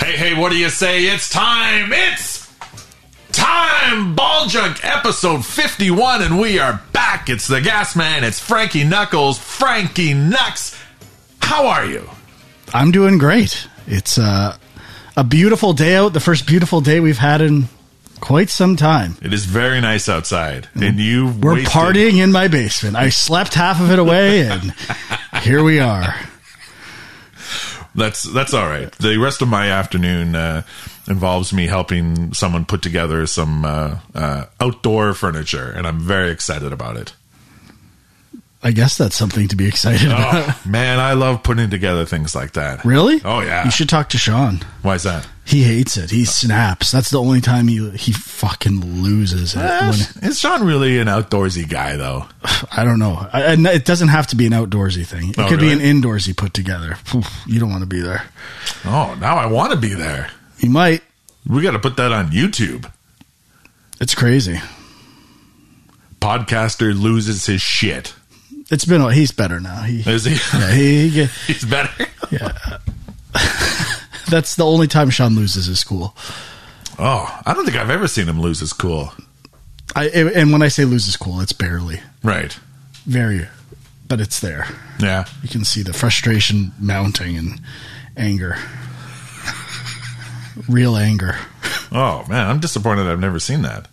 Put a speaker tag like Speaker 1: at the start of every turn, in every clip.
Speaker 1: Hey, hey, what do you say? It's time! It's time! Ball Junk episode 51, and we are back. It's the Gas Man, it's Frankie Knuckles, Frankie Knucks. How are you?
Speaker 2: I'm doing great. It's uh, a beautiful day out. The first beautiful day we've had in quite some time.
Speaker 1: It is very nice outside, and you
Speaker 2: Mm. We're
Speaker 1: wasted-
Speaker 2: partying in my basement. I slept half of it away, and here we are.
Speaker 1: That's that's all right. The rest of my afternoon uh, involves me helping someone put together some uh, uh, outdoor furniture, and I'm very excited about it.
Speaker 2: I guess that's something to be excited about.
Speaker 1: Oh man, I love putting together things like that.
Speaker 2: Really?
Speaker 1: Oh yeah.
Speaker 2: You should talk to Sean.
Speaker 1: Why is that?
Speaker 2: He hates it. He snaps. That's the only time he he fucking loses it. When-
Speaker 1: Is Sean really an outdoorsy guy though?
Speaker 2: I don't know. I, and it doesn't have to be an outdoorsy thing. It
Speaker 1: Oh,
Speaker 2: could be
Speaker 1: really?
Speaker 2: an indoorsy put together. Phew, You don't want to be there.
Speaker 1: Oh, now I want to be there.
Speaker 2: You might.
Speaker 1: We got to put that on YouTube.
Speaker 2: It's crazy.
Speaker 1: Podcaster loses his shit.
Speaker 2: It's been. a- He's better now. He.
Speaker 1: Is he?
Speaker 2: Yeah, he, he
Speaker 1: He's better.
Speaker 2: That's the only time Sean loses his cool.
Speaker 1: Oh, I don't think I've ever seen him lose his cool.
Speaker 2: I and when I say loses cool, it's barely,
Speaker 1: Right.
Speaker 2: very, but it's there.
Speaker 1: Yeah.
Speaker 2: You can see the frustration mounting and anger, real anger.
Speaker 1: Oh man, I'm disappointed. I've never seen that.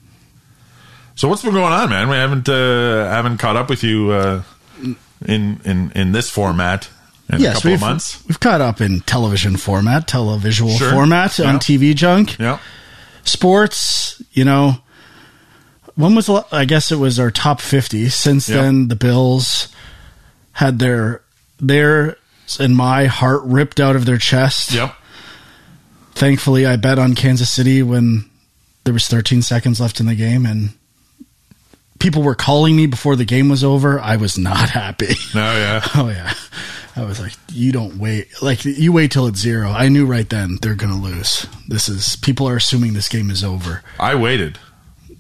Speaker 1: So what's been going on, man? We haven't uh, haven't caught up with you uh, in in in this format in a couple
Speaker 2: we've
Speaker 1: of months.
Speaker 2: we've caught up in television format, televisual
Speaker 1: Sure.
Speaker 2: format
Speaker 1: Yeah.
Speaker 2: on TV junk,
Speaker 1: Yeah.
Speaker 2: sports. You know, when was the la- I guess it was our top fifty. Since
Speaker 1: Yeah.
Speaker 2: then, the Bills had their their and my heart ripped out of their chest.
Speaker 1: Yep.
Speaker 2: thankfully I bet on Kansas City when there was 13 seconds left in the game and people were calling me before the game was over. I was not happy.
Speaker 1: No. Yeah.
Speaker 2: oh yeah. I was like, you don't wait. Like you wait till it's zero. I knew right then they're going to lose. This is people are assuming this game is over.
Speaker 1: I waited.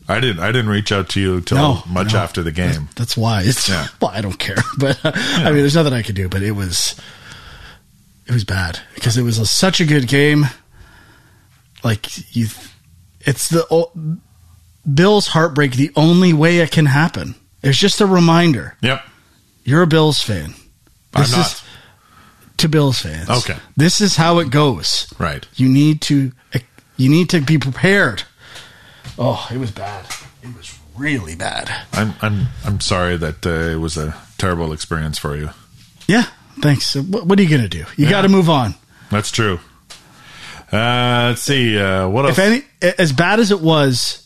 Speaker 1: I didn't. I didn't reach out to you till
Speaker 2: No,
Speaker 1: much
Speaker 2: no.
Speaker 1: after the game.
Speaker 2: That's why it's
Speaker 1: Yeah.
Speaker 2: well, I don't care, but I mean, there's nothing I could do, but it was, it was bad because it was a, such a good game. Like you, it's the o- Bills heartbreak. The only way it can happen. It's just a reminder.
Speaker 1: Yep.
Speaker 2: You're a Bills fan.
Speaker 1: I'm
Speaker 2: This
Speaker 1: not.
Speaker 2: is- to Bills fans.
Speaker 1: Okay.
Speaker 2: This is how it goes.
Speaker 1: Right.
Speaker 2: You need to, eh, you need to be prepared. Oh, it was bad. It was really bad.
Speaker 1: I'm. I'm. I'm sorry that uh, it was a terrible experience for you.
Speaker 2: Yeah, thanks. So What, what are you going to do? You got to move on.
Speaker 1: That's true. Uh, let's see. Uh, what else?
Speaker 2: If any, as bad as it was,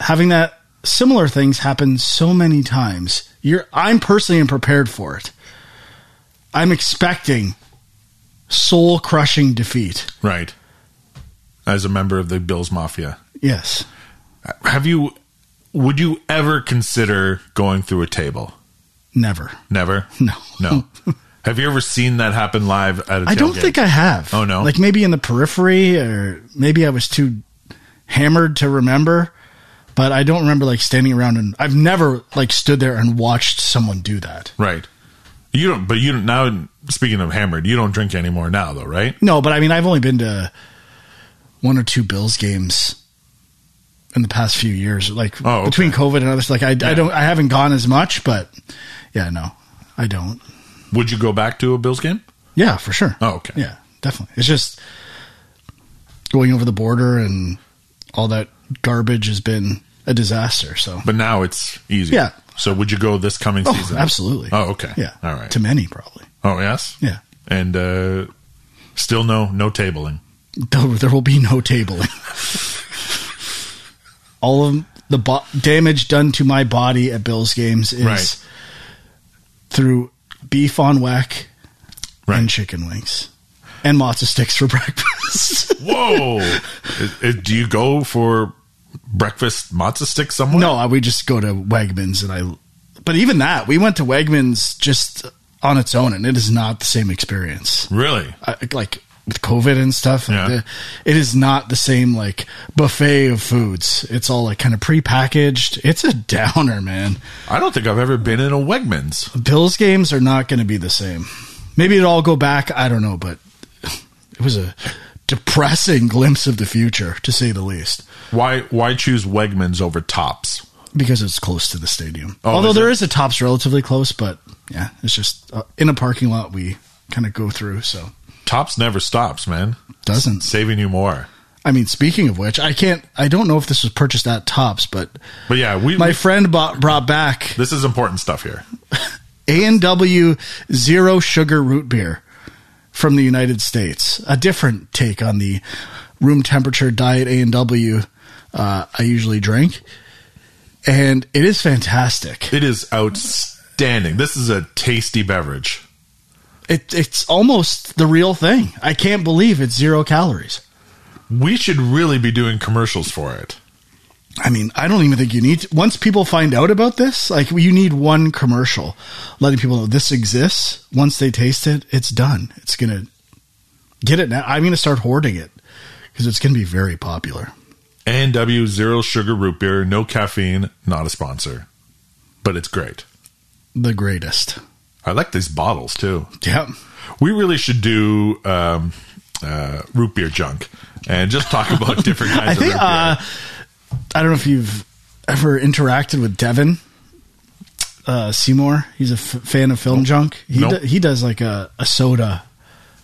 Speaker 2: having that similar things happen so many times, you're I'm personally unprepared for it. I'm expecting soul crushing defeat.
Speaker 1: right. As a member of the Bills Mafia.
Speaker 2: Yes.
Speaker 1: have you would you ever consider going through a table
Speaker 2: Never.
Speaker 1: never
Speaker 2: No.
Speaker 1: no have you ever seen that happen live at a
Speaker 2: I don't
Speaker 1: tailgate?
Speaker 2: think I have.
Speaker 1: Oh, no?
Speaker 2: Like maybe in the periphery or maybe I was too hammered to remember, but I don't remember like standing around and I've never like stood there and watched someone do that.
Speaker 1: right you don't but you don't now speaking of hammered you don't drink anymore now though right
Speaker 2: No, but I mean, I've only been to one or two Bills games in the past few years, like
Speaker 1: Oh, okay.
Speaker 2: between COVID and others. Like, I, I don't, I haven't gone as much, but yeah, no, I don't.
Speaker 1: would you go back to a bills game
Speaker 2: Yeah, for sure.
Speaker 1: oh okay
Speaker 2: Yeah, definitely. It's just going over the border and all that garbage has been a disaster. So,
Speaker 1: but now it's easy
Speaker 2: Yeah.
Speaker 1: so would you go this coming
Speaker 2: oh,
Speaker 1: season
Speaker 2: absolutely.
Speaker 1: oh okay
Speaker 2: Yeah.
Speaker 1: all right
Speaker 2: To many, probably.
Speaker 1: oh yes
Speaker 2: Yeah.
Speaker 1: and uh still no no tabling
Speaker 2: There, there will be no tabling. All of the bo- damage done to my body at Bills games is
Speaker 1: Right.
Speaker 2: through beef on whack
Speaker 1: Right.
Speaker 2: and chicken wings and matzo sticks for breakfast.
Speaker 1: whoa Is- is- do you go for breakfast matzo stick somewhere?
Speaker 2: No, I- we just go to Wegmans and I. But even that, we went to Wegmans just on its own, and it is not the same experience.
Speaker 1: Really?
Speaker 2: I, like with COVID and stuff, like
Speaker 1: Yeah.
Speaker 2: the- it is not the same like buffet of foods. It's all like kind of prepackaged. It's a downer, man.
Speaker 1: I don't think I've ever been in a Wegmans.
Speaker 2: Bills games are not going to be the same. Maybe it'll all go back. I don't know, but it was a depressing glimpse of the future, to say the least.
Speaker 1: Why why choose Wegmans over Tops?
Speaker 2: because it's close to the stadium.
Speaker 1: Oh,
Speaker 2: Although
Speaker 1: is
Speaker 2: there
Speaker 1: it?
Speaker 2: is a tops relatively close, but yeah, it's just uh, in a parking lot we kind of go through, so
Speaker 1: Tops never stops, man.
Speaker 2: doesn't.
Speaker 1: Saving you more.
Speaker 2: I mean, speaking of which, I can't. I don't know if this was purchased at Tops, but
Speaker 1: But yeah, we,
Speaker 2: my
Speaker 1: we-
Speaker 2: friend bought, brought back
Speaker 1: this is important stuff here.
Speaker 2: A and W zero sugar root beer from the United States. A different take on the room temperature diet A and W uh, I usually drink, and it is fantastic.
Speaker 1: It is outstanding. This is a tasty beverage.
Speaker 2: It, it's almost the real thing. I can't believe it's zero calories.
Speaker 1: We should really be doing commercials for it.
Speaker 2: I mean, I don't even think you need. To, once people find out about this, like you need one commercial letting people know this exists. Once they taste it, it's done. It's gonna get it now. I'm gonna start hoarding it because it's gonna be very popular.
Speaker 1: A&W Zero Sugar Root Beer, no caffeine, not a sponsor. But it's great.
Speaker 2: The greatest.
Speaker 1: I like these bottles too.
Speaker 2: Yep.
Speaker 1: We really should do um, uh, root beer junk and just talk about different kinds
Speaker 2: I think.
Speaker 1: of root beer.
Speaker 2: Uh, I don't know if you've ever interacted with Devin uh, Seymour. He's a f- fan of film junk. He
Speaker 1: Nope.
Speaker 2: do- he does like a, a soda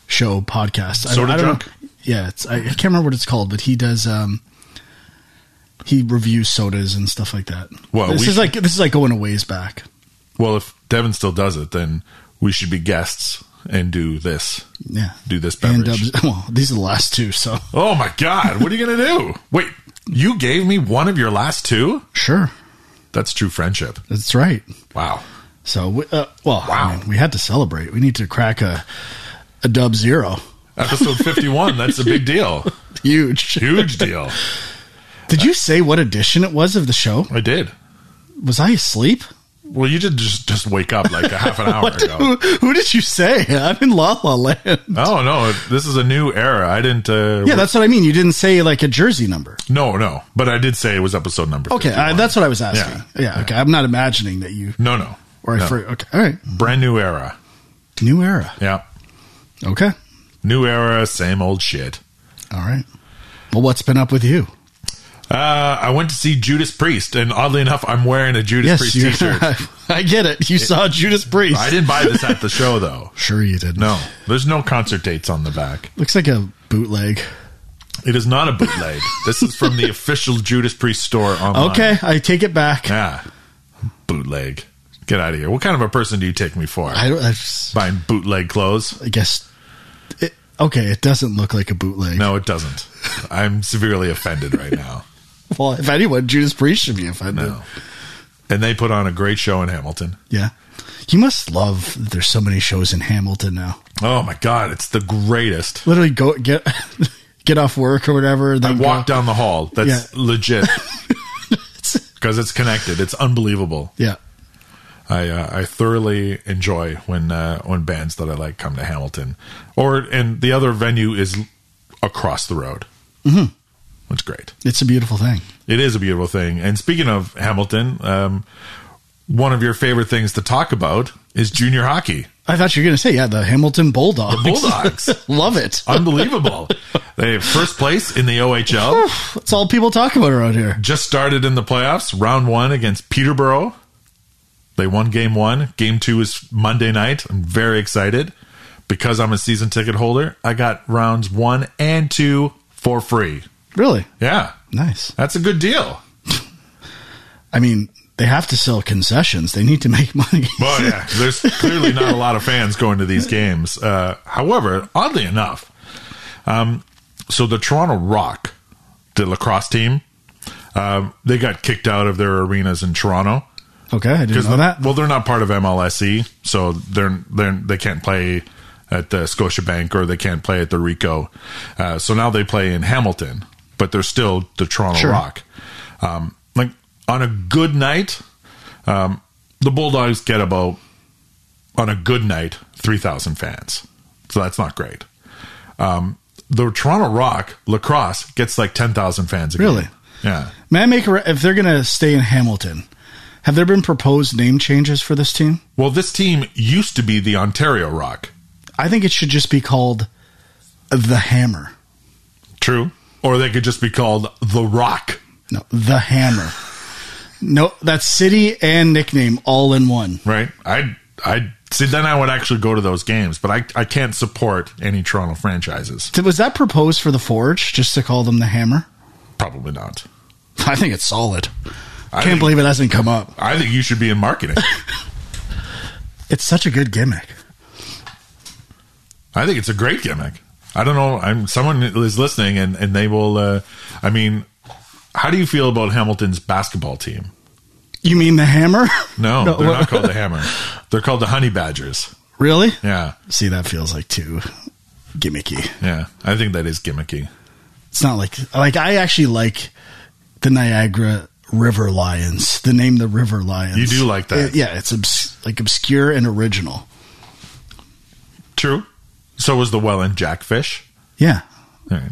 Speaker 2: show podcast. I-
Speaker 1: Soda
Speaker 2: I don't know-
Speaker 1: junk?
Speaker 2: Yeah, it's, I, I can't remember what it's called, but he does. Um, he reviews sodas and stuff like that.
Speaker 1: Well,
Speaker 2: this
Speaker 1: we
Speaker 2: is
Speaker 1: should-
Speaker 2: like this is like going a ways back.
Speaker 1: well, if Devin still does it, then we should be guests and do this.
Speaker 2: Yeah,
Speaker 1: Do this
Speaker 2: and
Speaker 1: beverage.
Speaker 2: Dubs- well, these are the last two, so
Speaker 1: Oh my God, what are you going to do? Wait, you gave me one of your last two?
Speaker 2: sure,
Speaker 1: That's true friendship.
Speaker 2: that's right.
Speaker 1: Wow.
Speaker 2: So, we, uh, well, I
Speaker 1: Wow.
Speaker 2: mean, we had to celebrate. We need to crack a a dub zero.
Speaker 1: Episode 51, that's a big deal.
Speaker 2: Huge.
Speaker 1: Huge deal.
Speaker 2: Did you say what edition it was of the show?
Speaker 1: I did.
Speaker 2: Was I asleep?
Speaker 1: Well, you did just, just wake up like a half an hour ago.
Speaker 2: Who, who did you say? I'm in La La Land.
Speaker 1: Oh no, this is a new era. I didn't. Uh,
Speaker 2: Yeah, that's what I mean. You didn't say like a jersey number.
Speaker 1: no, no. But I did say it was episode number.
Speaker 2: Okay,
Speaker 1: 51.
Speaker 2: I, that's what I was asking. Yeah,
Speaker 1: Yeah.
Speaker 2: okay. I'm not imagining that you
Speaker 1: no, no.
Speaker 2: or I
Speaker 1: no.
Speaker 2: for, okay. All right,
Speaker 1: brand new era.
Speaker 2: new era.
Speaker 1: Yeah,
Speaker 2: Okay,
Speaker 1: new era, same old shit.
Speaker 2: all right. Well, what's been up with you?
Speaker 1: Uh, I went to see Judas Priest, and oddly enough, I'm wearing a Judas Priest
Speaker 2: you-
Speaker 1: T-shirt.
Speaker 2: I get it. You saw Judas Priest.
Speaker 1: I didn't buy this at the show though.
Speaker 2: Sure, you did.
Speaker 1: No, there's no concert dates on the back.
Speaker 2: looks like a bootleg.
Speaker 1: It is not a bootleg. this is from the official Judas Priest store online.
Speaker 2: Okay, I take it back.
Speaker 1: Yeah. Ah, Bootleg. Get out of here. What kind of a person do you take me for?
Speaker 2: I don't. I just-
Speaker 1: Buying bootleg clothes?
Speaker 2: I guess. It, okay, it doesn't look like a bootleg.
Speaker 1: No, it doesn't. I'm severely offended right now.
Speaker 2: Well, if anyone, Judas Priest should be offended.
Speaker 1: No. And they put on a great show in Hamilton.
Speaker 2: Yeah. You must love that there's so many shows in Hamilton now.
Speaker 1: Oh my god, it's the greatest.
Speaker 2: Literally go get get off work or whatever.
Speaker 1: I
Speaker 2: Then
Speaker 1: walk
Speaker 2: go,
Speaker 1: down the hall. That's legit
Speaker 2: It's-
Speaker 1: because it's connected. It's unbelievable.
Speaker 2: Yeah.
Speaker 1: I uh, I thoroughly enjoy when uh, when bands that I like come to Hamilton, or and the other venue is across the road. Mm-hmm. That's great.
Speaker 2: It's a beautiful thing.
Speaker 1: It is a beautiful thing. And speaking of Hamilton, um, one of your favorite things to talk about is junior hockey.
Speaker 2: I thought you were going to say, yeah, the Hamilton Bulldogs.
Speaker 1: Bulldogs.
Speaker 2: love it.
Speaker 1: Unbelievable. they have first place in the OHL.
Speaker 2: That's all people talk about around here.
Speaker 1: Just started in the playoffs, round one against Peterborough. They won game one. Game two is Monday night. I'm very excited because I'm a season ticket holder. I got rounds one and two for free.
Speaker 2: Really?
Speaker 1: Yeah,
Speaker 2: Nice.
Speaker 1: that's a good deal.
Speaker 2: I mean, they have to sell concessions. They need to make money.
Speaker 1: Well, yeah, there's clearly not a lot of fans going to these games. Uh, however, oddly enough, um, so the Toronto Rock, the lacrosse team, um, they got kicked out of their arenas in Toronto
Speaker 2: okay, I didn't
Speaker 1: because
Speaker 2: know that.
Speaker 1: well, they're not part of MLSE, E, so they're they're they can't play at the Scotiabank or they can't play at the Rico. Uh, so now they play in Hamilton, but they're still the Toronto
Speaker 2: Sure.
Speaker 1: Rock. Um, like on a good night, um, the Bulldogs get about on a good night three thousand fans, so that's not great. Um, the Toronto Rock lacrosse gets like ten thousand fans. A
Speaker 2: Really?
Speaker 1: game. Yeah.
Speaker 2: May I make a re- if they're going to stay in Hamilton? Have there been proposed name changes for this team?
Speaker 1: Well, this team used to be the Ontario Rock.
Speaker 2: I think it should just be called the Hammer.
Speaker 1: True. Or they could just be called the Rock.
Speaker 2: No, the Hammer. No, that's city and nickname all in one.
Speaker 1: Right. I'd I'd see then I would actually go to those games, but I I can't support any Toronto franchises.
Speaker 2: Th- Was that proposed for the Forge just to call them the Hammer?
Speaker 1: Probably not.
Speaker 2: I think it's solid.
Speaker 1: I
Speaker 2: Can't
Speaker 1: think-
Speaker 2: believe it hasn't come up.
Speaker 1: I think you should be in marketing.
Speaker 2: It's such a good gimmick.
Speaker 1: I think it's a great gimmick. I don't know. I'm someone is listening and and they will. Uh, I mean, how do you feel about Hamilton's basketball team?
Speaker 2: You mean the Hammer?
Speaker 1: No,
Speaker 2: No,
Speaker 1: they're
Speaker 2: what-
Speaker 1: not called the Hammer. They're called the Honey Badgers.
Speaker 2: really?
Speaker 1: Yeah,
Speaker 2: See, that feels like too gimmicky.
Speaker 1: yeah. I think that is gimmicky.
Speaker 2: It's not like like I actually like the Niagara River Lions. The name, the River Lions.
Speaker 1: You do like that.
Speaker 2: Uh, yeah, it's obs- like obscure and original.
Speaker 1: True. So was the Welland Jackfish.
Speaker 2: Yeah.
Speaker 1: All right.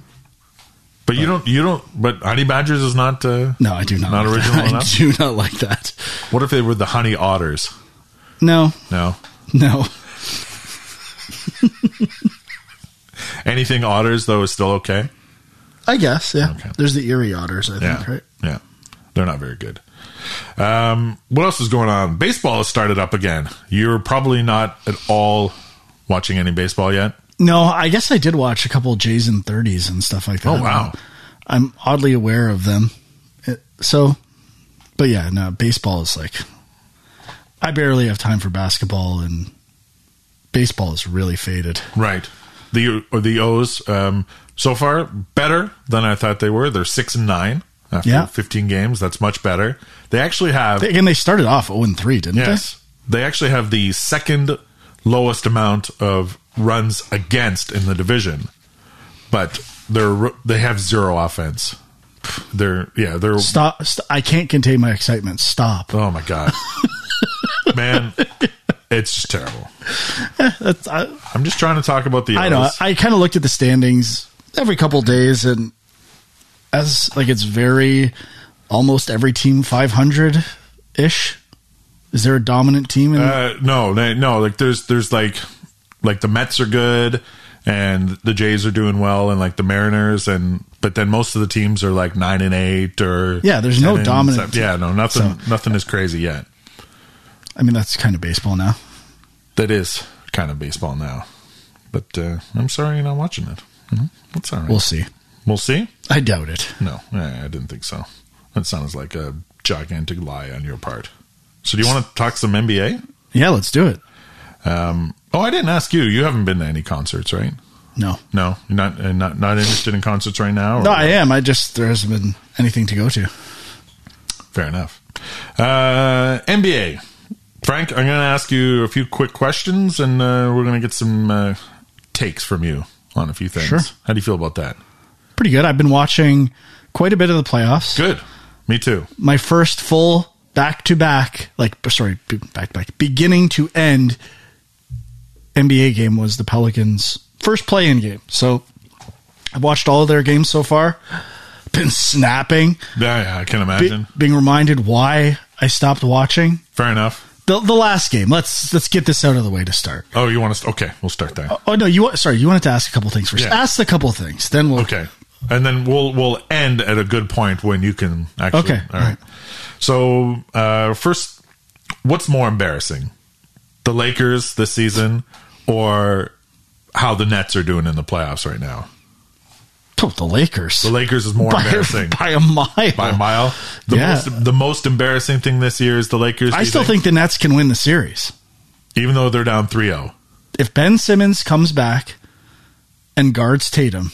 Speaker 1: But you don't. You don't. But Honey Badgers is not. Uh,
Speaker 2: No, I do not.
Speaker 1: Not
Speaker 2: like
Speaker 1: original
Speaker 2: That.
Speaker 1: enough?
Speaker 2: I do not like that.
Speaker 1: What if they were the Honey Otters?
Speaker 2: No,
Speaker 1: No.
Speaker 2: no.
Speaker 1: Anything otters though is still okay.
Speaker 2: I guess. Yeah.
Speaker 1: Okay.
Speaker 2: There's the Erie Otters. I
Speaker 1: Yeah.
Speaker 2: think. Right.
Speaker 1: Yeah. They're not very good. Um, what else is going on? Baseball has started up again. You're probably not at all watching any baseball yet.
Speaker 2: No, I guess I did watch a couple of Jays in 30s and stuff like that.
Speaker 1: Oh, wow.
Speaker 2: I'm oddly aware of them. It- so, but yeah, no, baseball is like, I barely have time for basketball, and baseball is really faded.
Speaker 1: Right. The or the O's um, so far better than I thought they were. They're six and nine after
Speaker 2: Yeah.
Speaker 1: 15 games. That's much better. They actually have
Speaker 2: Again, they started off 0 3, didn't
Speaker 1: Yes. They actually have the second lowest amount of runs against in the division, but they're they have zero offense. They're yeah they're
Speaker 2: they? Stop. St- I can't contain my excitement. Stop.
Speaker 1: oh my god, man, it's just terrible.
Speaker 2: That's, I,
Speaker 1: I'm just trying to talk about the.
Speaker 2: I know.
Speaker 1: O's.
Speaker 2: I, kind of looked at the standings every couple days, and as like it's very almost every team 500 ish. Is there a dominant team? In
Speaker 1: Uh, no, they, no. Like there's there's like like the Mets are good and the Jays are doing well and like the Mariners and but then most of the teams are like nine and eight or
Speaker 2: Yeah, there's no
Speaker 1: 10 and
Speaker 2: dominant
Speaker 1: seven. Yeah, no, nothing nothing is crazy yet.
Speaker 2: I mean, that's kind of baseball now.
Speaker 1: That is kind of baseball now, but uh, I'm sorry you're not watching it. Mhm. That's all right.
Speaker 2: We'll see.
Speaker 1: We'll see.
Speaker 2: I doubt it.
Speaker 1: No, I I didn't think so. That sounds like a gigantic lie on your part. So do you want to talk some NBA?
Speaker 2: Yeah, let's do it.
Speaker 1: Oh, I didn't ask you. You haven't been to any concerts, right?
Speaker 2: No,
Speaker 1: No, you're not and not not interested in concerts right now. or-
Speaker 2: no, I am. I just there hasn't been anything to go to.
Speaker 1: fair enough. Uh, NBA, Frank. I'm going to ask you a few quick questions, and uh, we're going to get some uh, takes from you on a few things.
Speaker 2: Sure.
Speaker 1: How do you feel about that?
Speaker 2: Pretty good. I've been watching quite a bit of the playoffs.
Speaker 1: Good. Me too.
Speaker 2: My first full back to back, like sorry, be- back to back, beginning to end NBA game was the Pelicans' first play in game. So I've watched all of their games so far. Been snapping,
Speaker 1: Yeah, yeah, I can
Speaker 2: be-
Speaker 1: imagine.
Speaker 2: being reminded why I stopped watching.
Speaker 1: fair enough.
Speaker 2: The, the last game. Let's let's get this out of the way to start.
Speaker 1: Oh, you want to? St- okay, we'll start there.
Speaker 2: Oh no, you wa- sorry, you wanted to ask a couple things first.
Speaker 1: Yeah.
Speaker 2: Ask the couple things, then we'll.
Speaker 1: Okay, and then we'll we'll end at a good point when you can actually.
Speaker 2: Okay,
Speaker 1: All right. So uh, first, what's more embarrassing, the Lakers this season, or how the Nets are doing in the playoffs right now?
Speaker 2: Oh, the Lakers
Speaker 1: The Lakers is more
Speaker 2: by,
Speaker 1: embarrassing
Speaker 2: by a mile.
Speaker 1: by a mile. The
Speaker 2: Yeah.
Speaker 1: most the most embarrassing thing this year is the Lakers. do
Speaker 2: I
Speaker 1: you
Speaker 2: still think the Nets can win the series
Speaker 1: even though they're down oh. 3-0.
Speaker 2: if Ben Simmons comes back and guards Tatum.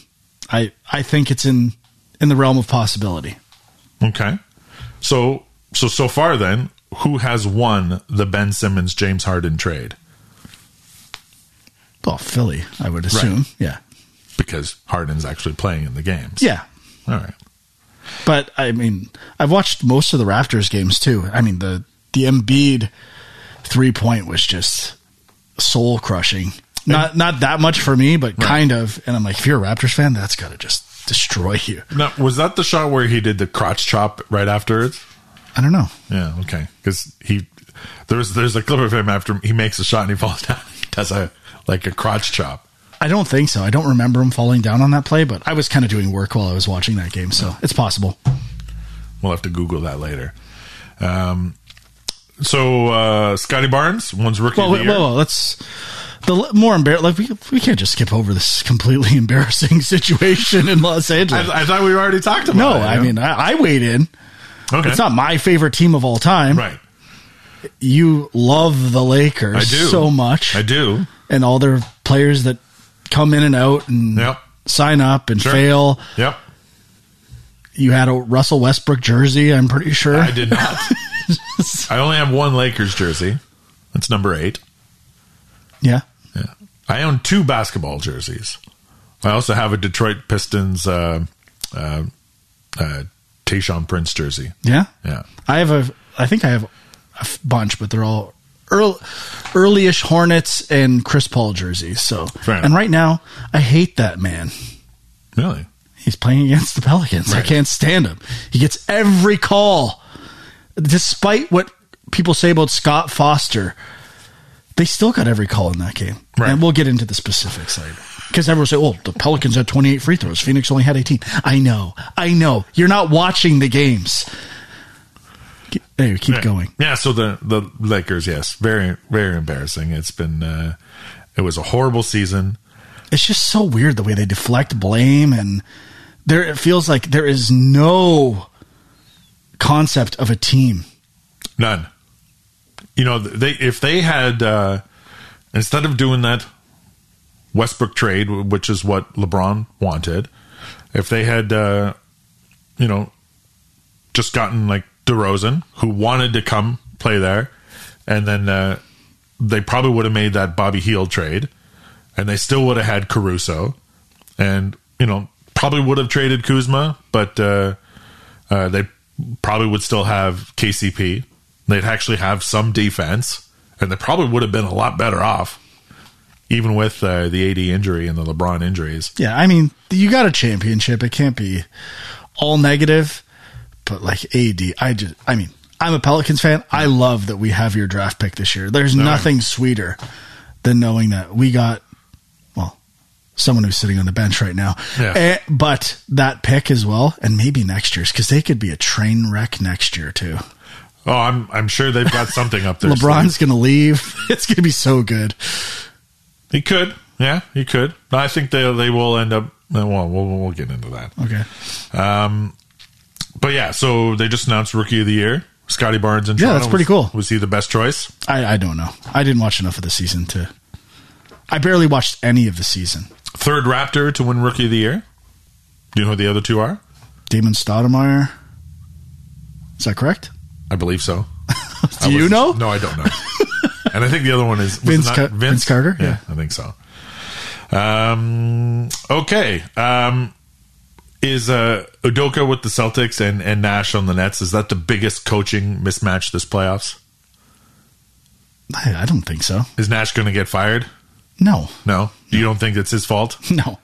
Speaker 2: I I think it's in in the realm of possibility.
Speaker 1: Okay. So so so far then, who has won the Ben Simmons James Harden trade?
Speaker 2: Well, Philly, I would assume. Yeah,
Speaker 1: Because Harden's actually playing in the games.
Speaker 2: yeah.
Speaker 1: All right.
Speaker 2: But I mean, I've watched most of the Raptors games too. I mean, the the Embiid three point was just soul crushing. Not not that much for me, but kind of. And I'm like, if you're a Raptors fan, that's got to just destroy you.
Speaker 1: Now, was that the shot where he did the crotch chop right afterwards?
Speaker 2: I don't know.
Speaker 1: Yeah, okay. Because he there's there's a clip of him after he makes a shot and he falls down. He does a like a crotch chop.
Speaker 2: I don't think so. I don't remember him falling down on that play, but I was kind of doing work while I was watching that game, so it's possible.
Speaker 1: We'll have to Google that later. Um, so uh, Scotty Barnes, one's rookie
Speaker 2: Well,
Speaker 1: of the
Speaker 2: wait,
Speaker 1: year.
Speaker 2: whoa, whoa, let's the l- more embarrassing. Like we, we can't just skip over this completely embarrassing situation in Los Angeles.
Speaker 1: I, I thought we already talked about.
Speaker 2: no,
Speaker 1: it,
Speaker 2: I
Speaker 1: yeah?
Speaker 2: mean I, I weighed in.
Speaker 1: okay,
Speaker 2: It's not my favorite team of all time.
Speaker 1: right.
Speaker 2: You love the Lakers
Speaker 1: I do.
Speaker 2: so much,
Speaker 1: I do.
Speaker 2: and all their players that come in and out and
Speaker 1: Yep.
Speaker 2: sign up and
Speaker 1: Sure.
Speaker 2: fail.
Speaker 1: Yep,
Speaker 2: You had a Russell Westbrook jersey, I'm pretty sure.
Speaker 1: I did not. I only have one Lakers jersey. That's number eight.
Speaker 2: yeah,
Speaker 1: Yeah. I own two basketball jerseys. I also have a Detroit Pistons uh, uh, uh, Tayshawn Prince jersey.
Speaker 2: yeah.
Speaker 1: Yeah.
Speaker 2: I have a. I think I have a f- bunch, but they're all early, early-ish Hornets and Chris Paul jerseys. So,
Speaker 1: Fair enough.
Speaker 2: and right now, I hate that man.
Speaker 1: Really?
Speaker 2: He's playing against the Pelicans. I
Speaker 1: Right.
Speaker 2: can't stand him. He gets every call, despite what people say about Scott Foster. They still got every call in that game,
Speaker 1: Right.
Speaker 2: and we'll get into the specifics later. Because everyone say, "Oh, the Pelicans had 28 free throws. Phoenix only had 18." I know, I know. You're not watching the games. Ke- Anyway, keep
Speaker 1: Yeah.
Speaker 2: going.
Speaker 1: Yeah. So the the Lakers, yes, very very embarrassing. It's been uh, it was a horrible season.
Speaker 2: it's just so weird the way they deflect blame and there it feels like there is no concept of a team
Speaker 1: None. You know, they if they had uh, instead of doing that Westbrook trade, which is what LeBron wanted, if they had uh, you know just gotten like DeRozan, who wanted to come play there, and then uh, they probably would have made that Bobby Heel trade, and they still would have had Caruso, and you know probably would have traded Kuzma, but. Uh, uh, they probably would still have KCP. They'd actually have some defense, and they probably would have been a lot better off, even with uh, the AD injury and the LeBron injuries.
Speaker 2: yeah i mean you got a championship it can't be all negative but like ad i just i mean i'm a pelicans fan i love that we have your draft pick this year there's nothing sweeter than knowing that we got well someone who's sitting on the bench right now
Speaker 1: Yeah.
Speaker 2: Eh, but that pick as well and maybe next year's because they could be a train wreck next year too
Speaker 1: Oh, I'm I'm sure they've got something up there.
Speaker 2: LeBron's going to leave. It's going to be so good.
Speaker 1: he could, yeah, he could. I think they they will end up. Well, we'll, we'll get into that. Um,
Speaker 2: Okay.
Speaker 1: But yeah, so they just announced Rookie of the Year, Scotty Barnes in
Speaker 2: Yeah,
Speaker 1: Toronto.
Speaker 2: that's pretty
Speaker 1: Was-
Speaker 2: cool.
Speaker 1: Was he the best choice?
Speaker 2: I, I don't know. I didn't watch enough of the season to. I barely watched any of the season.
Speaker 1: Third Raptor to win Rookie of the Year. Do you know who the other two are?
Speaker 2: Damon Stoudemire. Is that correct?
Speaker 1: I believe so. I
Speaker 2: Do you
Speaker 1: wasn't-
Speaker 2: know?
Speaker 1: No, I don't know. and I think the other one is was
Speaker 2: Vince
Speaker 1: it not
Speaker 2: Ca- Vince Carter?
Speaker 1: Yeah,
Speaker 2: Yeah.
Speaker 1: I think so. Um, okay. Um, is uh, Udoka with the Celtics and, and Nash on the Nets? Is that the biggest coaching mismatch this playoffs?
Speaker 2: I, I don't think so.
Speaker 1: Is Nash going to get fired?
Speaker 2: No,
Speaker 1: No, you don't think it's his fault?
Speaker 2: no.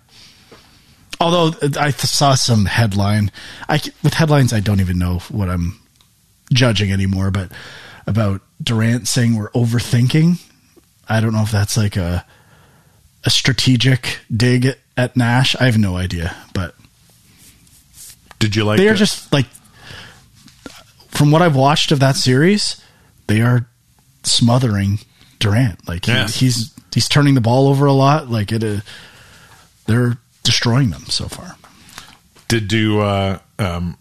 Speaker 2: Although uh, I th- saw some headline. I, c- with headlines, I don't even know what I'm judging anymore, but about Durant saying we're overthinking. I don't know if that's like a a strategic dig at Nash. I have no idea, but
Speaker 1: Did you like?
Speaker 2: they are
Speaker 1: it?
Speaker 2: just like from what I've watched of that series, they are smothering Durant. Like he-
Speaker 1: Yeah.
Speaker 2: he's he's turning the ball over a lot. Like it, uh, they're destroying them so far.
Speaker 1: did do uh, um,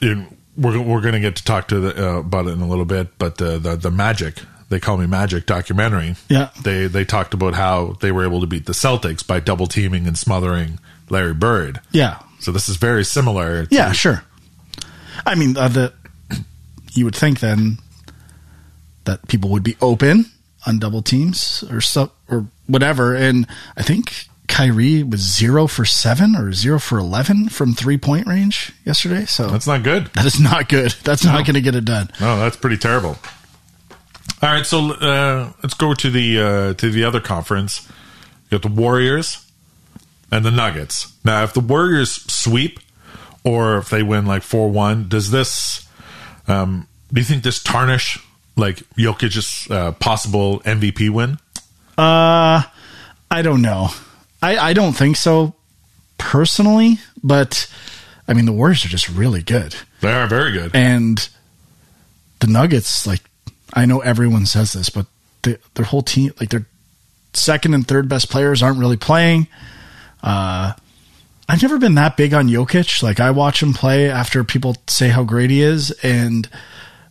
Speaker 1: in, we're we're going to get to talk to the, uh, about it in a little bit, but the, the the magic they call me magic documentary.
Speaker 2: Yeah.
Speaker 1: they they talked about how they were able to beat the Celtics by double teaming and smothering Larry Bird.
Speaker 2: Yeah,
Speaker 1: So this is very similar. to-
Speaker 2: Yeah, sure. I mean, uh, the you would think then that people would be open on double teams or so or whatever, and I think Kyrie was zero for seven or zero for eleven from three point range yesterday. So
Speaker 1: That's not good.
Speaker 2: that is not good. That's not going to get it done.
Speaker 1: No, that's pretty terrible. All right, so uh, let's go to the uh, to the other conference. You got the Warriors and the Nuggets. Now, if the Warriors sweep or if they win like four one, does this? Um, do you think this tarnish like Jokic's uh, possible MVP win?
Speaker 2: Uh, I don't know. I, I don't think so personally, but I mean, the Warriors are just really good.
Speaker 1: They are very good.
Speaker 2: And the Nuggets, like, I know everyone says this, but the, their whole team, like, their second and third best players aren't really playing. Uh, I've never been that big on Jokic. Like, I watch him play after people say how great he is. And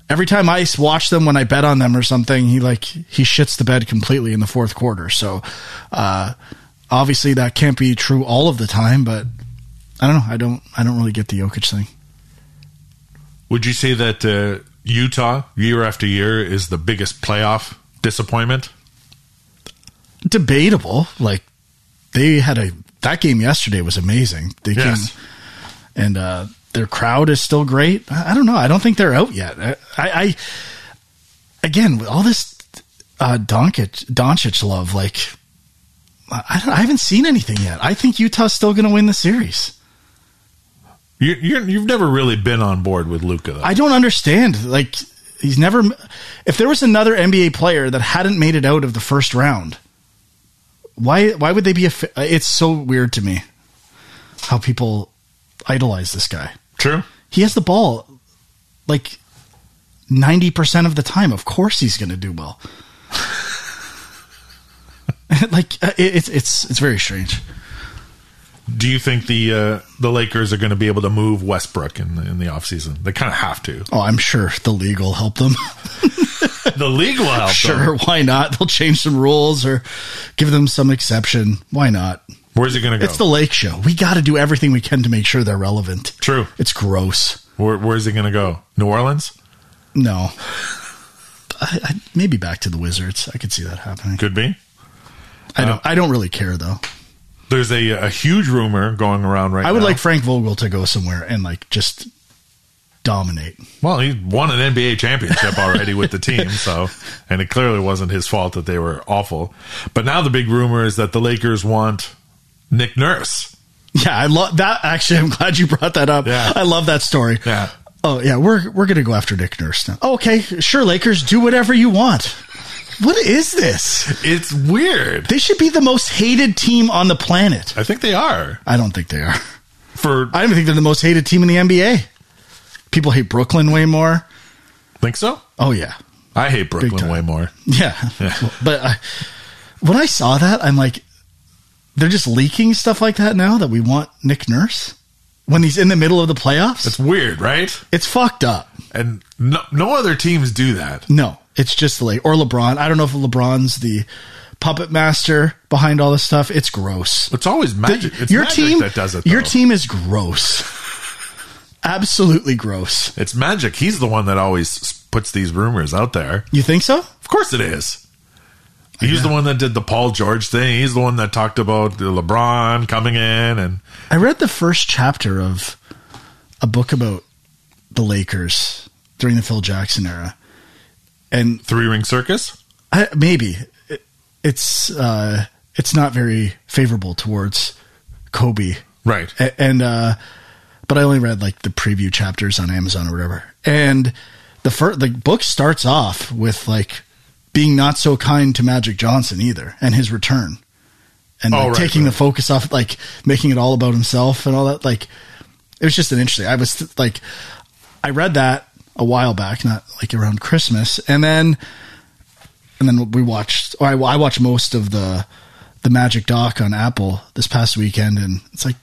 Speaker 2: every time I s- watch them when I bet on them or something, he, like, he shits the bed completely in the fourth quarter. So, uh, obviously that can't be true all of the time, but I don't know. I don't, I don't really get the Jokic thing.
Speaker 1: Would you say that uh, Utah year after year is the biggest playoff disappointment?
Speaker 2: debatable. Like they had a that game yesterday was amazing. They
Speaker 1: Yes.
Speaker 2: came and uh, their crowd is still great. I, I don't know. I don't think they're out yet. I, I, I again with all this uh, Doncic Doncic love. Like I, I don't- I haven't seen anything yet. I think Utah's still going to win the series.
Speaker 1: You, you're, you've never really been on board with Luca, though.
Speaker 2: I don't understand. Like he's never. If there was another NBA player that hadn't made it out of the first round, why why would they be? A, fa- it's so weird to me how people idolize this guy.
Speaker 1: True.
Speaker 2: He has the ball like ninety percent of the time. Of course, he's going to do well. like uh, it, it's it's it's very strange.
Speaker 1: Do you think the uh, the Lakers are going to be able to move Westbrook in the, in the offseason? They kind of have to.
Speaker 2: Oh, I'm sure the league will help them.
Speaker 1: The league will help.
Speaker 2: sure,
Speaker 1: them.
Speaker 2: why not? They'll change some rules or give them some exception. Why not?
Speaker 1: Where's he going to go?
Speaker 2: It's the Lake Show. We got to do everything we can to make sure they're relevant.
Speaker 1: True.
Speaker 2: It's gross.
Speaker 1: Where, where's he going to go? New Orleans?
Speaker 2: No. I, I, maybe back to the Wizards. I could see that happening.
Speaker 1: Could be.
Speaker 2: I don't. I don't really care though.
Speaker 1: There's a, a huge rumor going around right now.
Speaker 2: I would like Frank Vogel to go somewhere and like just dominate.
Speaker 1: Well, he won an NBA championship already with the team, so and it clearly wasn't his fault that they were awful. But now the big rumor is that the Lakers want Nick Nurse.
Speaker 2: Yeah, I love that. Actually, I'm glad you brought that up.
Speaker 1: Yeah.
Speaker 2: I love that story.
Speaker 1: Yeah.
Speaker 2: Oh yeah, we're we're gonna go after Nick Nurse now. Okay, sure, Lakers, do whatever you want. What is this?
Speaker 1: It's weird.
Speaker 2: They should be the most hated team on the planet.
Speaker 1: I think they are.
Speaker 2: I don't think they are.
Speaker 1: For I
Speaker 2: I don't think they're the most hated team in the NBA. People hate Brooklyn way more.
Speaker 1: think so.
Speaker 2: Oh yeah,
Speaker 1: I hate Brooklyn
Speaker 2: time.
Speaker 1: way more.
Speaker 2: yeah. but I, when I saw that, I'm like, they're just leaking stuff like that now that we want Nick Nurse when he's in the middle of the playoffs.
Speaker 1: It's weird, right?
Speaker 2: it's fucked up.
Speaker 1: And no, no other teams do that.
Speaker 2: No, it's just like or LeBron. I don't know if LeBron's the puppet master behind all this stuff. It's gross.
Speaker 1: It's always magic. it's
Speaker 2: your
Speaker 1: magic
Speaker 2: team
Speaker 1: that does it.
Speaker 2: Your
Speaker 1: though.
Speaker 2: team is gross. Absolutely gross.
Speaker 1: It's magic. He's the one that always s- puts these rumors out there.
Speaker 2: You think so?
Speaker 1: Of course, it is. He's the one that did the Paul George thing. He's the one that talked about the LeBron coming in, and
Speaker 2: I read the first chapter of a book about the Lakers during the Phil Jackson era, and
Speaker 1: Three Ring Circus.
Speaker 2: I, maybe it, it's uh, it's not very favorable towards Kobe,
Speaker 1: Right.
Speaker 2: A- and uh, but I only read like the preview chapters on Amazon or whatever, and the fir- the book starts off with like being not so kind to Magic Johnson either, and his return, and like,
Speaker 1: Oh, right,
Speaker 2: taking
Speaker 1: right.
Speaker 2: the focus off, like making it all about himself and all that. Like it was just an interesting. I was th- like, I read that a while back, not like around Christmas, and then and then we watched. Or I, I watched most of the the Magic Doc on Apple this past weekend, and it's like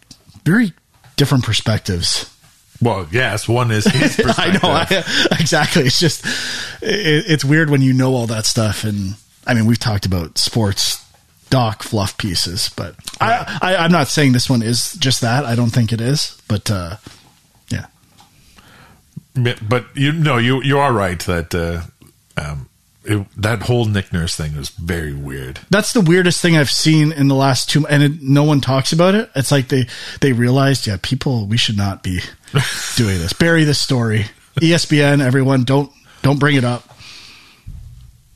Speaker 2: very different perspectives.
Speaker 1: Well, yes, one is his
Speaker 2: I know
Speaker 1: perspective.
Speaker 2: I, exactly. It's just it, it's weird when you know all that stuff, and I mean we've talked about sports doc fluff pieces, but I, I I'm not saying this one is just that. I don't think it is, but uh, yeah.
Speaker 1: but you no, you you are right that uh, um, it, that whole Nick Nurse thing was very weird.
Speaker 2: That's the weirdest thing I've seen in the last two, and it, no one talks about it. It's like they they realized, yeah, people, we should not be doing this. Bury this story. E ESPN, everyone, don't don't bring it up.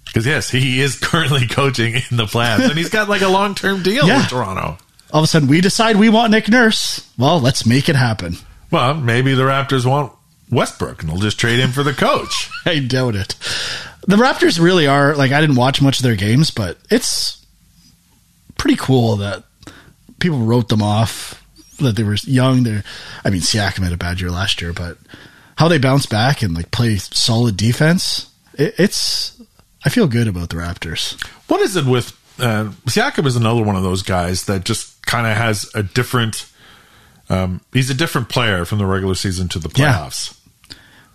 Speaker 1: Because yes, he is currently coaching in the playoffs, and he's got like a long term deal
Speaker 2: Yeah.
Speaker 1: with Toronto.
Speaker 2: All of a sudden, we decide we want Nick Nurse. Well, let's make it happen.
Speaker 1: Well, maybe the Raptors want Westbrook, and they'll just trade him for the coach.
Speaker 2: I doubt it. The Raptors really are like I didn't watch much of their games, but it's pretty cool that people wrote them off that they were young. They're, I mean, Siakam had a bad year last year, but how they bounce back and like play solid defense, it, it's. I feel good about the Raptors.
Speaker 1: What is it with uh, Siakam? Is another one of those guys that just kind of has a different. Um, he's a different player from the regular season to the
Speaker 2: Yeah.
Speaker 1: playoffs.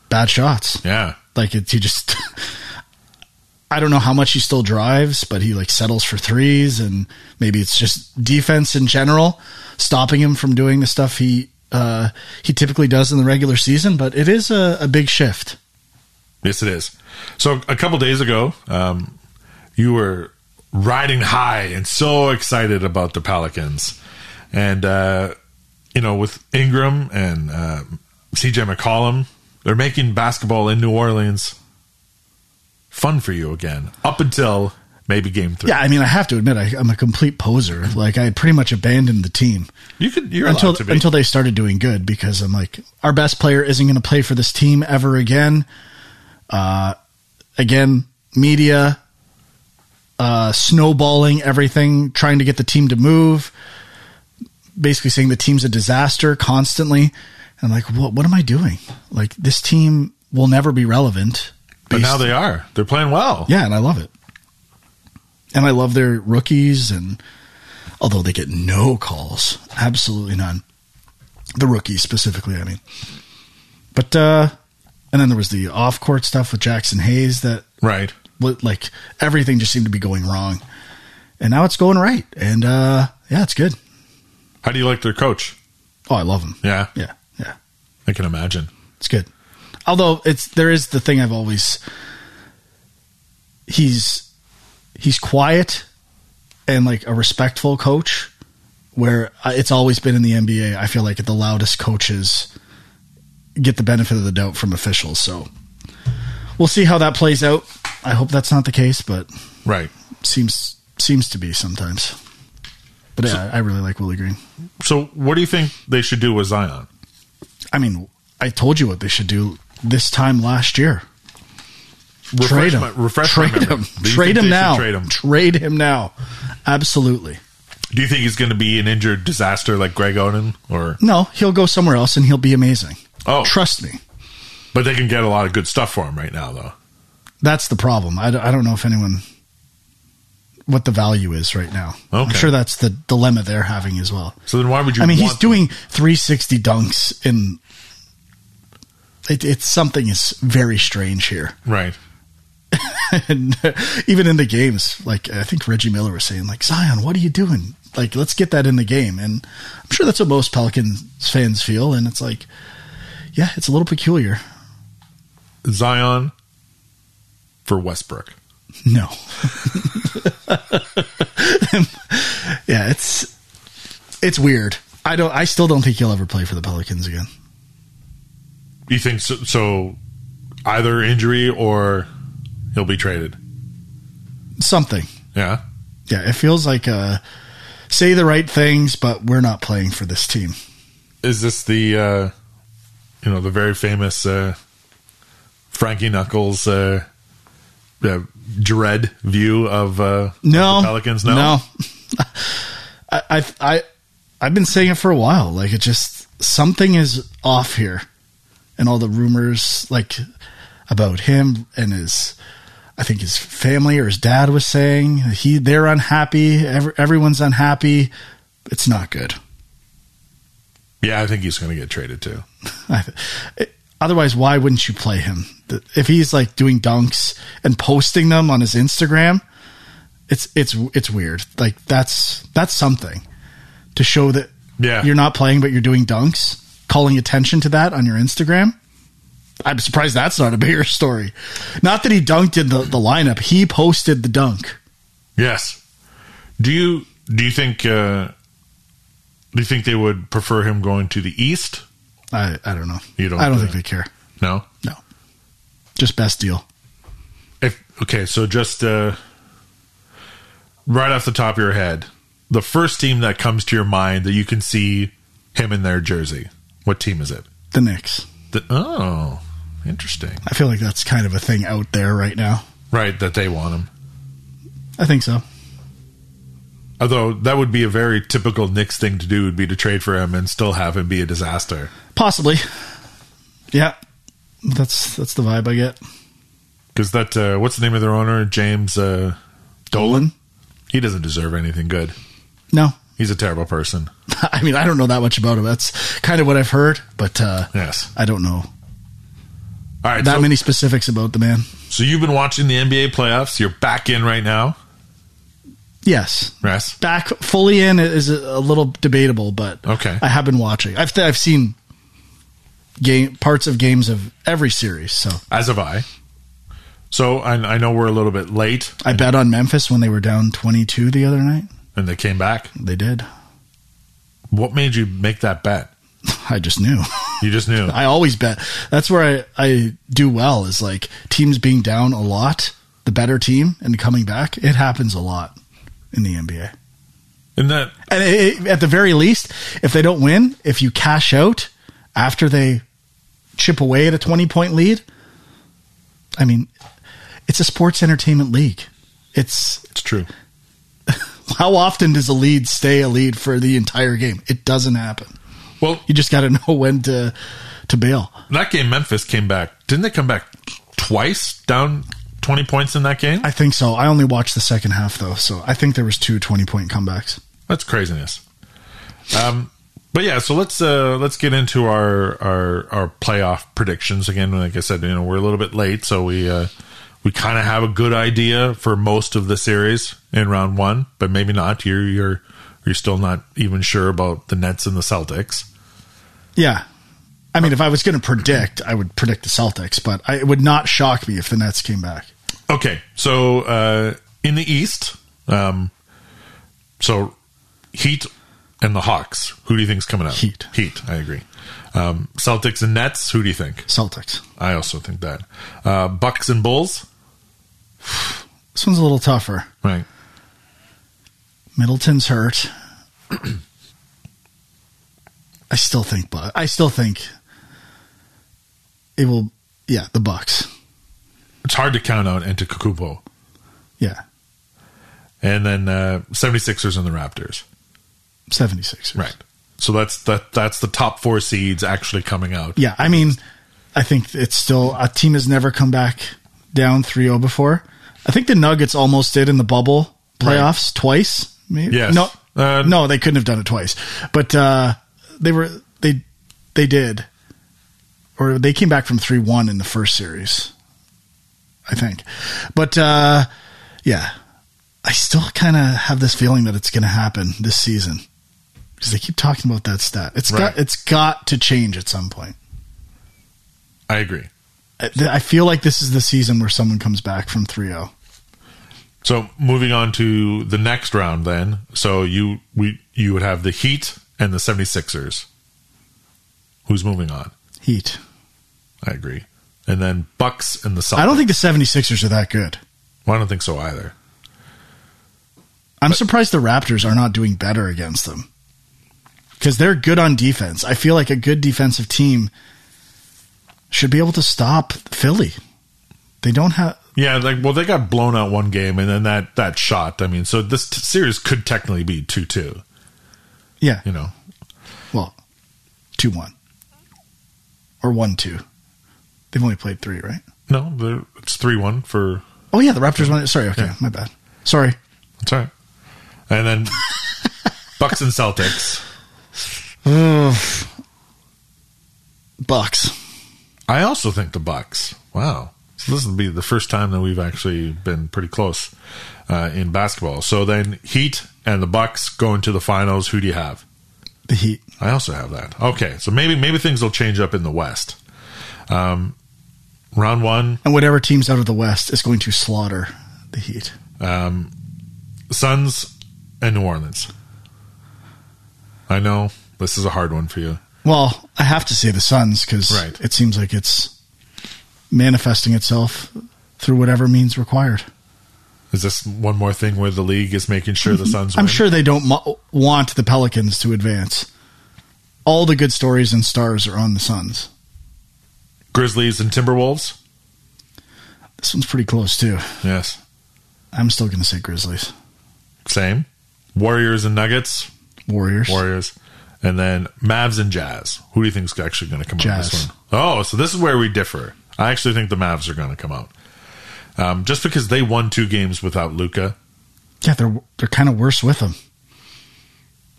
Speaker 2: Bad shots,
Speaker 1: Yeah,
Speaker 2: like it, he just. I don't know how much he still drives, but he like settles for threes, and maybe it's just defense in general stopping him from doing the stuff he uh, he typically does in the regular season. But it is a, a big shift.
Speaker 1: yes, it is. So a couple days ago, um, you were riding high and so excited about the Pelicans, and uh, you know with Ingram and uh, C.J. McCollum, they're making basketball in New Orleans fun for you again. Up until maybe game three.
Speaker 2: Yeah, I mean, I have to admit, I, I'm a complete poser. Like I pretty much abandoned the team
Speaker 1: You could. You're
Speaker 2: until
Speaker 1: allowed to be.
Speaker 2: until they started doing good because I'm like, our best player isn't going to play for this team ever again. Uh, again, media uh, snowballing everything, trying to get the team to move, basically saying the team's a disaster constantly. And like, what what am I doing? Like this team will never be relevant.
Speaker 1: but
Speaker 2: based-
Speaker 1: now they are. They're playing well.
Speaker 2: yeah, and I love it. And I love their rookies, and although they get no calls, absolutely none. The rookies specifically, I mean. But uh and then there was the off-court stuff with Jackson Hayes that
Speaker 1: Right.
Speaker 2: what- like everything just seemed to be going wrong. And now it's going right. And uh yeah, it's good.
Speaker 1: How do you like their coach?
Speaker 2: Oh, I love him.
Speaker 1: Yeah,
Speaker 2: Yeah. Yeah.
Speaker 1: I can imagine.
Speaker 2: It's good. Although it's there is the thing I've always he's he's quiet and like a respectful coach where I- it's always been in the NBA I feel like the loudest coaches get the benefit of the doubt from officials so we'll see how that plays out I hope that's not the case but
Speaker 1: Right.
Speaker 2: seems seems to be sometimes but yeah, I really like Willie Green
Speaker 1: So, what do you think they should do with Zion?
Speaker 2: I mean I told you what they should do this time last year
Speaker 1: Refresh
Speaker 2: trade him.
Speaker 1: my- refresh my
Speaker 2: trade him.
Speaker 1: memory. Do you
Speaker 2: Trade
Speaker 1: think they should
Speaker 2: him now.
Speaker 1: Trade him.
Speaker 2: Trade him now. Absolutely.
Speaker 1: Do you think he's going to be an injured disaster like Greg Oden? Or
Speaker 2: No, he'll go somewhere else and he'll be amazing.
Speaker 1: oh,
Speaker 2: Trust me.
Speaker 1: but they can get a lot of good stuff for him right now, though.
Speaker 2: That's the problem. I, d- I don't know if anyone what the value is right now. I'm
Speaker 1: Okay.
Speaker 2: sure that's the dilemma they're having as well.
Speaker 1: So then, why would you?
Speaker 2: I mean, he's
Speaker 1: want-
Speaker 2: doing 360 dunks in it, it's something is very strange here.
Speaker 1: right.
Speaker 2: and uh, even in the games, like I think Reggie Miller was saying, like Zion, what are you doing? Like, let's get that in the game. And I'm sure that's what most Pelicans fans feel. And it's like, yeah, it's a little peculiar.
Speaker 1: Zion for Westbrook.
Speaker 2: No. yeah, it's it's weird. I don't. I still don't think he'll ever play for the Pelicans again.
Speaker 1: You think so? so either injury or he'll be traded.
Speaker 2: Something.
Speaker 1: Yeah.
Speaker 2: Yeah, it feels like uh, say the right things, but we're not playing for this team.
Speaker 1: is this the uh you know the very famous uh Frankie Knuckles uh, uh dread view of uh
Speaker 2: Oh, No
Speaker 1: of the Pelicans no?
Speaker 2: I, I I I've been saying it for a while. Like it just something is off here, and all the rumors like about him and his. I think his family or his dad was saying he they're unhappy. Every, everyone's unhappy. It's not good.
Speaker 1: Yeah, I think he's going to get traded too.
Speaker 2: I, it, otherwise, why wouldn't you play him? The- If he's like doing dunks and posting them on his Instagram, it's it's it's weird. Like that's that's something to show that
Speaker 1: Yeah.
Speaker 2: you're not playing, but you're doing dunks, calling attention to that on your Instagram. I'm surprised that's not a bigger story. Not that he dunked in the, the lineup. He posted the dunk.
Speaker 1: Yes. Do you do you think uh, do you think they would prefer him going to the East?
Speaker 2: I, I don't know.
Speaker 1: You don't
Speaker 2: I don't
Speaker 1: uh,
Speaker 2: think they care.
Speaker 1: No.
Speaker 2: No. Just best deal.
Speaker 1: If okay, so just uh, right off the top of your head, the first team that comes to your mind that you can see him in their jersey. What team is it?
Speaker 2: The Knicks.
Speaker 1: The, oh, interesting.
Speaker 2: I feel like that's kind of a thing out there right now.
Speaker 1: Right, that they want him.
Speaker 2: I think so.
Speaker 1: Although that would be a very typical Knicks thing to do would be to trade for him and still have him be a disaster.
Speaker 2: Possibly. Yeah. That's that's the vibe I get.
Speaker 1: Because that uh, what's the name of their owner? James uh, Dolan.
Speaker 2: Dolan?
Speaker 1: He doesn't deserve anything good.
Speaker 2: No.
Speaker 1: He's a terrible person.
Speaker 2: I mean, I don't know that much about him. That's kind of what I've heard, but uh,
Speaker 1: Yes.
Speaker 2: I don't know
Speaker 1: All right.
Speaker 2: that
Speaker 1: So,
Speaker 2: many specifics about the man.
Speaker 1: so you've been watching the NBA playoffs. You're back in right now.
Speaker 2: Yes.
Speaker 1: Yes.
Speaker 2: Back fully in is a a little debatable, but
Speaker 1: Okay.
Speaker 2: I have been watching. I've I've seen game parts of games of every series. So
Speaker 1: As have I. So I, I know we're a little bit late,
Speaker 2: I bet on Memphis when they were down twenty two the other night.
Speaker 1: and they came back.
Speaker 2: They did.
Speaker 1: What made you make that bet?
Speaker 2: I just knew.
Speaker 1: You just knew.
Speaker 2: I always bet. That's where I, I do well is like teams being down a lot, the better team and coming back. It happens a lot in the NBA.
Speaker 1: And that
Speaker 2: And it, it- at the very least, if they don't win, if you cash out after they chip away at a 20 point lead, I mean, it's a sports entertainment league. It's
Speaker 1: it's true.
Speaker 2: how often does a lead stay a lead for the entire game? It doesn't happen.
Speaker 1: Well,
Speaker 2: You just got to know when to to bail.
Speaker 1: that game Memphis came back. Didn't they come back twice down 20 points in that game?
Speaker 2: I think so. I only watched the second half though, so I think there was two 20 point comebacks.
Speaker 1: That's craziness. Um, but yeah, so let's uh, let's get into our, our our playoff predictions again. Like I said, you know we're a little bit late, so we uh, we kind of have a good idea for most of the series in round one, but maybe not. You're you're you're still not even sure about the Nets and the Celtics.
Speaker 2: Yeah. I mean, if I was going to predict, I would predict the Celtics, but I, it would not shock me if the Nets came back.
Speaker 1: Okay, so uh, in the East, um, so Heat and the Hawks. Who do you think's coming out?
Speaker 2: Heat.
Speaker 1: Heat. I agree. Um, Celtics and Nets. Who do you think?
Speaker 2: Celtics.
Speaker 1: I also think that. Uh, Bucks and Bulls.
Speaker 2: This one's a little tougher.
Speaker 1: Right.
Speaker 2: Middleton's hurt. I still think, but I still think it will. Yeah, the Bucks.
Speaker 1: It's hard to count out Antetokounmpo.
Speaker 2: Yeah,
Speaker 1: And then uh, 76ers and the Raptors.
Speaker 2: 76ers.
Speaker 1: So that's that that's the top 4 seeds actually coming out.
Speaker 2: Yeah, I mean, I think it's still a team has never come back down 3-0 before. I think the Nuggets almost did in the bubble playoffs twice. Maybe.
Speaker 1: Yes.
Speaker 2: No,
Speaker 1: Uh,
Speaker 2: no, they couldn't have done it twice. But uh, they were they they did, or they came back from three one in the first series, I think. But uh, yeah, I still kind of have this feeling that it's going to happen this season because they keep talking about that stat. It's
Speaker 1: Right.
Speaker 2: got it's got to change at some point.
Speaker 1: I agree.
Speaker 2: I I feel like this is the season where someone comes back from oh. 3-0.
Speaker 1: So moving on to the next round then. So you we you would have the Heat and the 76ers. Who's moving on?
Speaker 2: Heat.
Speaker 1: I agree. And then Bucks and the Celtics.
Speaker 2: I don't think the 76ers are that good.
Speaker 1: Well, I don't think so either.
Speaker 2: I'm surprised the Raptors are not doing better against them. Because they're good on defense. I feel like a good defensive team should be able to stop Philly. They don't have.
Speaker 1: Yeah, like well, they got blown out one game, and then that that shot. I mean, so this t- series could technically be two two.
Speaker 2: Yeah.
Speaker 1: You know,
Speaker 2: Well, 2 1. Or 1 2. They've only played three, right?
Speaker 1: no, they're- it's three one for.
Speaker 2: Oh, yeah. The Raptors won. it. Sorry. Okay.
Speaker 1: Yeah.
Speaker 2: My bad. Sorry.
Speaker 1: It's all right. and then Bucks and Celtics.
Speaker 2: Bucks.
Speaker 1: I also think the Bucks. Wow, so this will be the first time that we've actually been pretty close uh, in basketball. So then Heat and the Bucks going to the finals. Who do you have?
Speaker 2: The Heat.
Speaker 1: I also have that. Okay, so maybe maybe things will change up in the West. Um, round one.
Speaker 2: and whatever team's out of the West is going to slaughter the Heat.
Speaker 1: Um, Suns and New Orleans. I know this is a hard one for you.
Speaker 2: Well, I have to say the Suns because
Speaker 1: Right.
Speaker 2: it seems like it's manifesting itself through whatever means required.
Speaker 1: Is this one more thing where the league is making sure the Suns?
Speaker 2: Mm-hmm. I'm
Speaker 1: win?
Speaker 2: sure they don't mo- want the Pelicans to advance. All the good stories and stars are on the Suns.
Speaker 1: Grizzlies and Timberwolves.
Speaker 2: This one's pretty close too.
Speaker 1: Yes,
Speaker 2: I'm still going to say Grizzlies,
Speaker 1: same. Warriors and Nuggets.
Speaker 2: Warriors.
Speaker 1: Warriors. And then Mavs and Jazz. Who do you think's actually going to come out this
Speaker 2: Jazz.
Speaker 1: one? Oh, so this is where we differ. I actually think the Mavs are going to come out. Um, just because they won two games without Luca.
Speaker 2: yeah, they're they're kind of worse with them.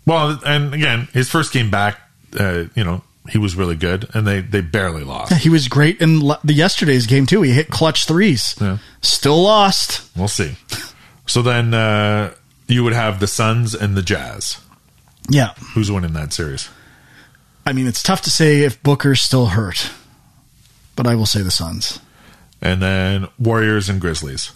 Speaker 1: Well, and again, his first game back, uh, you know, he was really good, and they they barely lost.
Speaker 2: Yeah, he was great in le- the yesterday's game too. He hit clutch threes.
Speaker 1: Yeah.
Speaker 2: Still lost.
Speaker 1: We'll see. So then uh, you would have the Suns and the Jazz.
Speaker 2: Yeah.
Speaker 1: Who's winning that series?
Speaker 2: I mean, it's tough to say if Booker's still hurt, but I will say the Suns,
Speaker 1: And then Warriors and Grizzlies.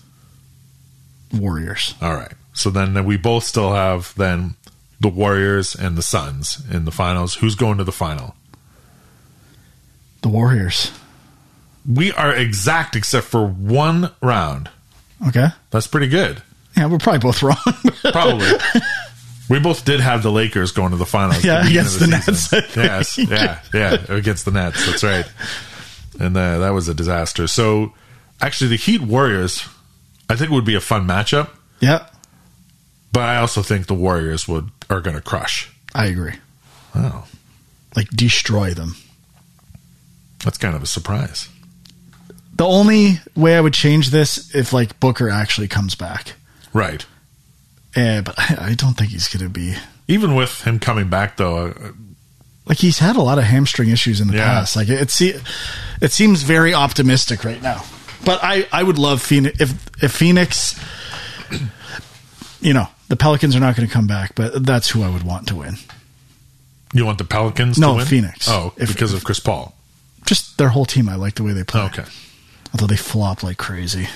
Speaker 2: Warriors.
Speaker 1: All right. So then uh, we both still have then the Warriors and the Suns in the finals. Who's going to the final?
Speaker 2: The Warriors.
Speaker 1: We are exact except for one round.
Speaker 2: Okay.
Speaker 1: That's pretty good.
Speaker 2: Yeah, we're probably both wrong.
Speaker 1: Probably. we both did have the Lakers going to the finals. at
Speaker 2: Yeah,
Speaker 1: beginning
Speaker 2: against
Speaker 1: of
Speaker 2: the
Speaker 1: season.
Speaker 2: Nets, I
Speaker 1: Yes. Yeah. Yeah. Against the Nets. That's right. And uh, that was a disaster. So actually, the Heat Warriors, I think, would be a fun matchup.
Speaker 2: yeah,
Speaker 1: But I also think the Warriors would are going to crush. Oh,
Speaker 2: I agree.
Speaker 1: Wow.
Speaker 2: Like destroy them.
Speaker 1: That's kind of a surprise.
Speaker 2: The only way I would change this if like Booker actually comes back.
Speaker 1: Right.
Speaker 2: Eh, but I, I don't think he's going to be.
Speaker 1: even with him coming back though uh,
Speaker 2: Like he's had a lot of hamstring issues in the
Speaker 1: Yeah.
Speaker 2: past. Like it, it se- it seems very optimistic right now. But I, I would love Phoenix if if Phoenix you know, the Pelicans are not going to come back, but that's who I would want to win.
Speaker 1: you want the pelicans
Speaker 2: No,
Speaker 1: to win?
Speaker 2: Phoenix.
Speaker 1: oh
Speaker 2: If-
Speaker 1: because of chris paul
Speaker 2: Just their whole team, I like the way they play.
Speaker 1: okay
Speaker 2: Although they flop like crazy.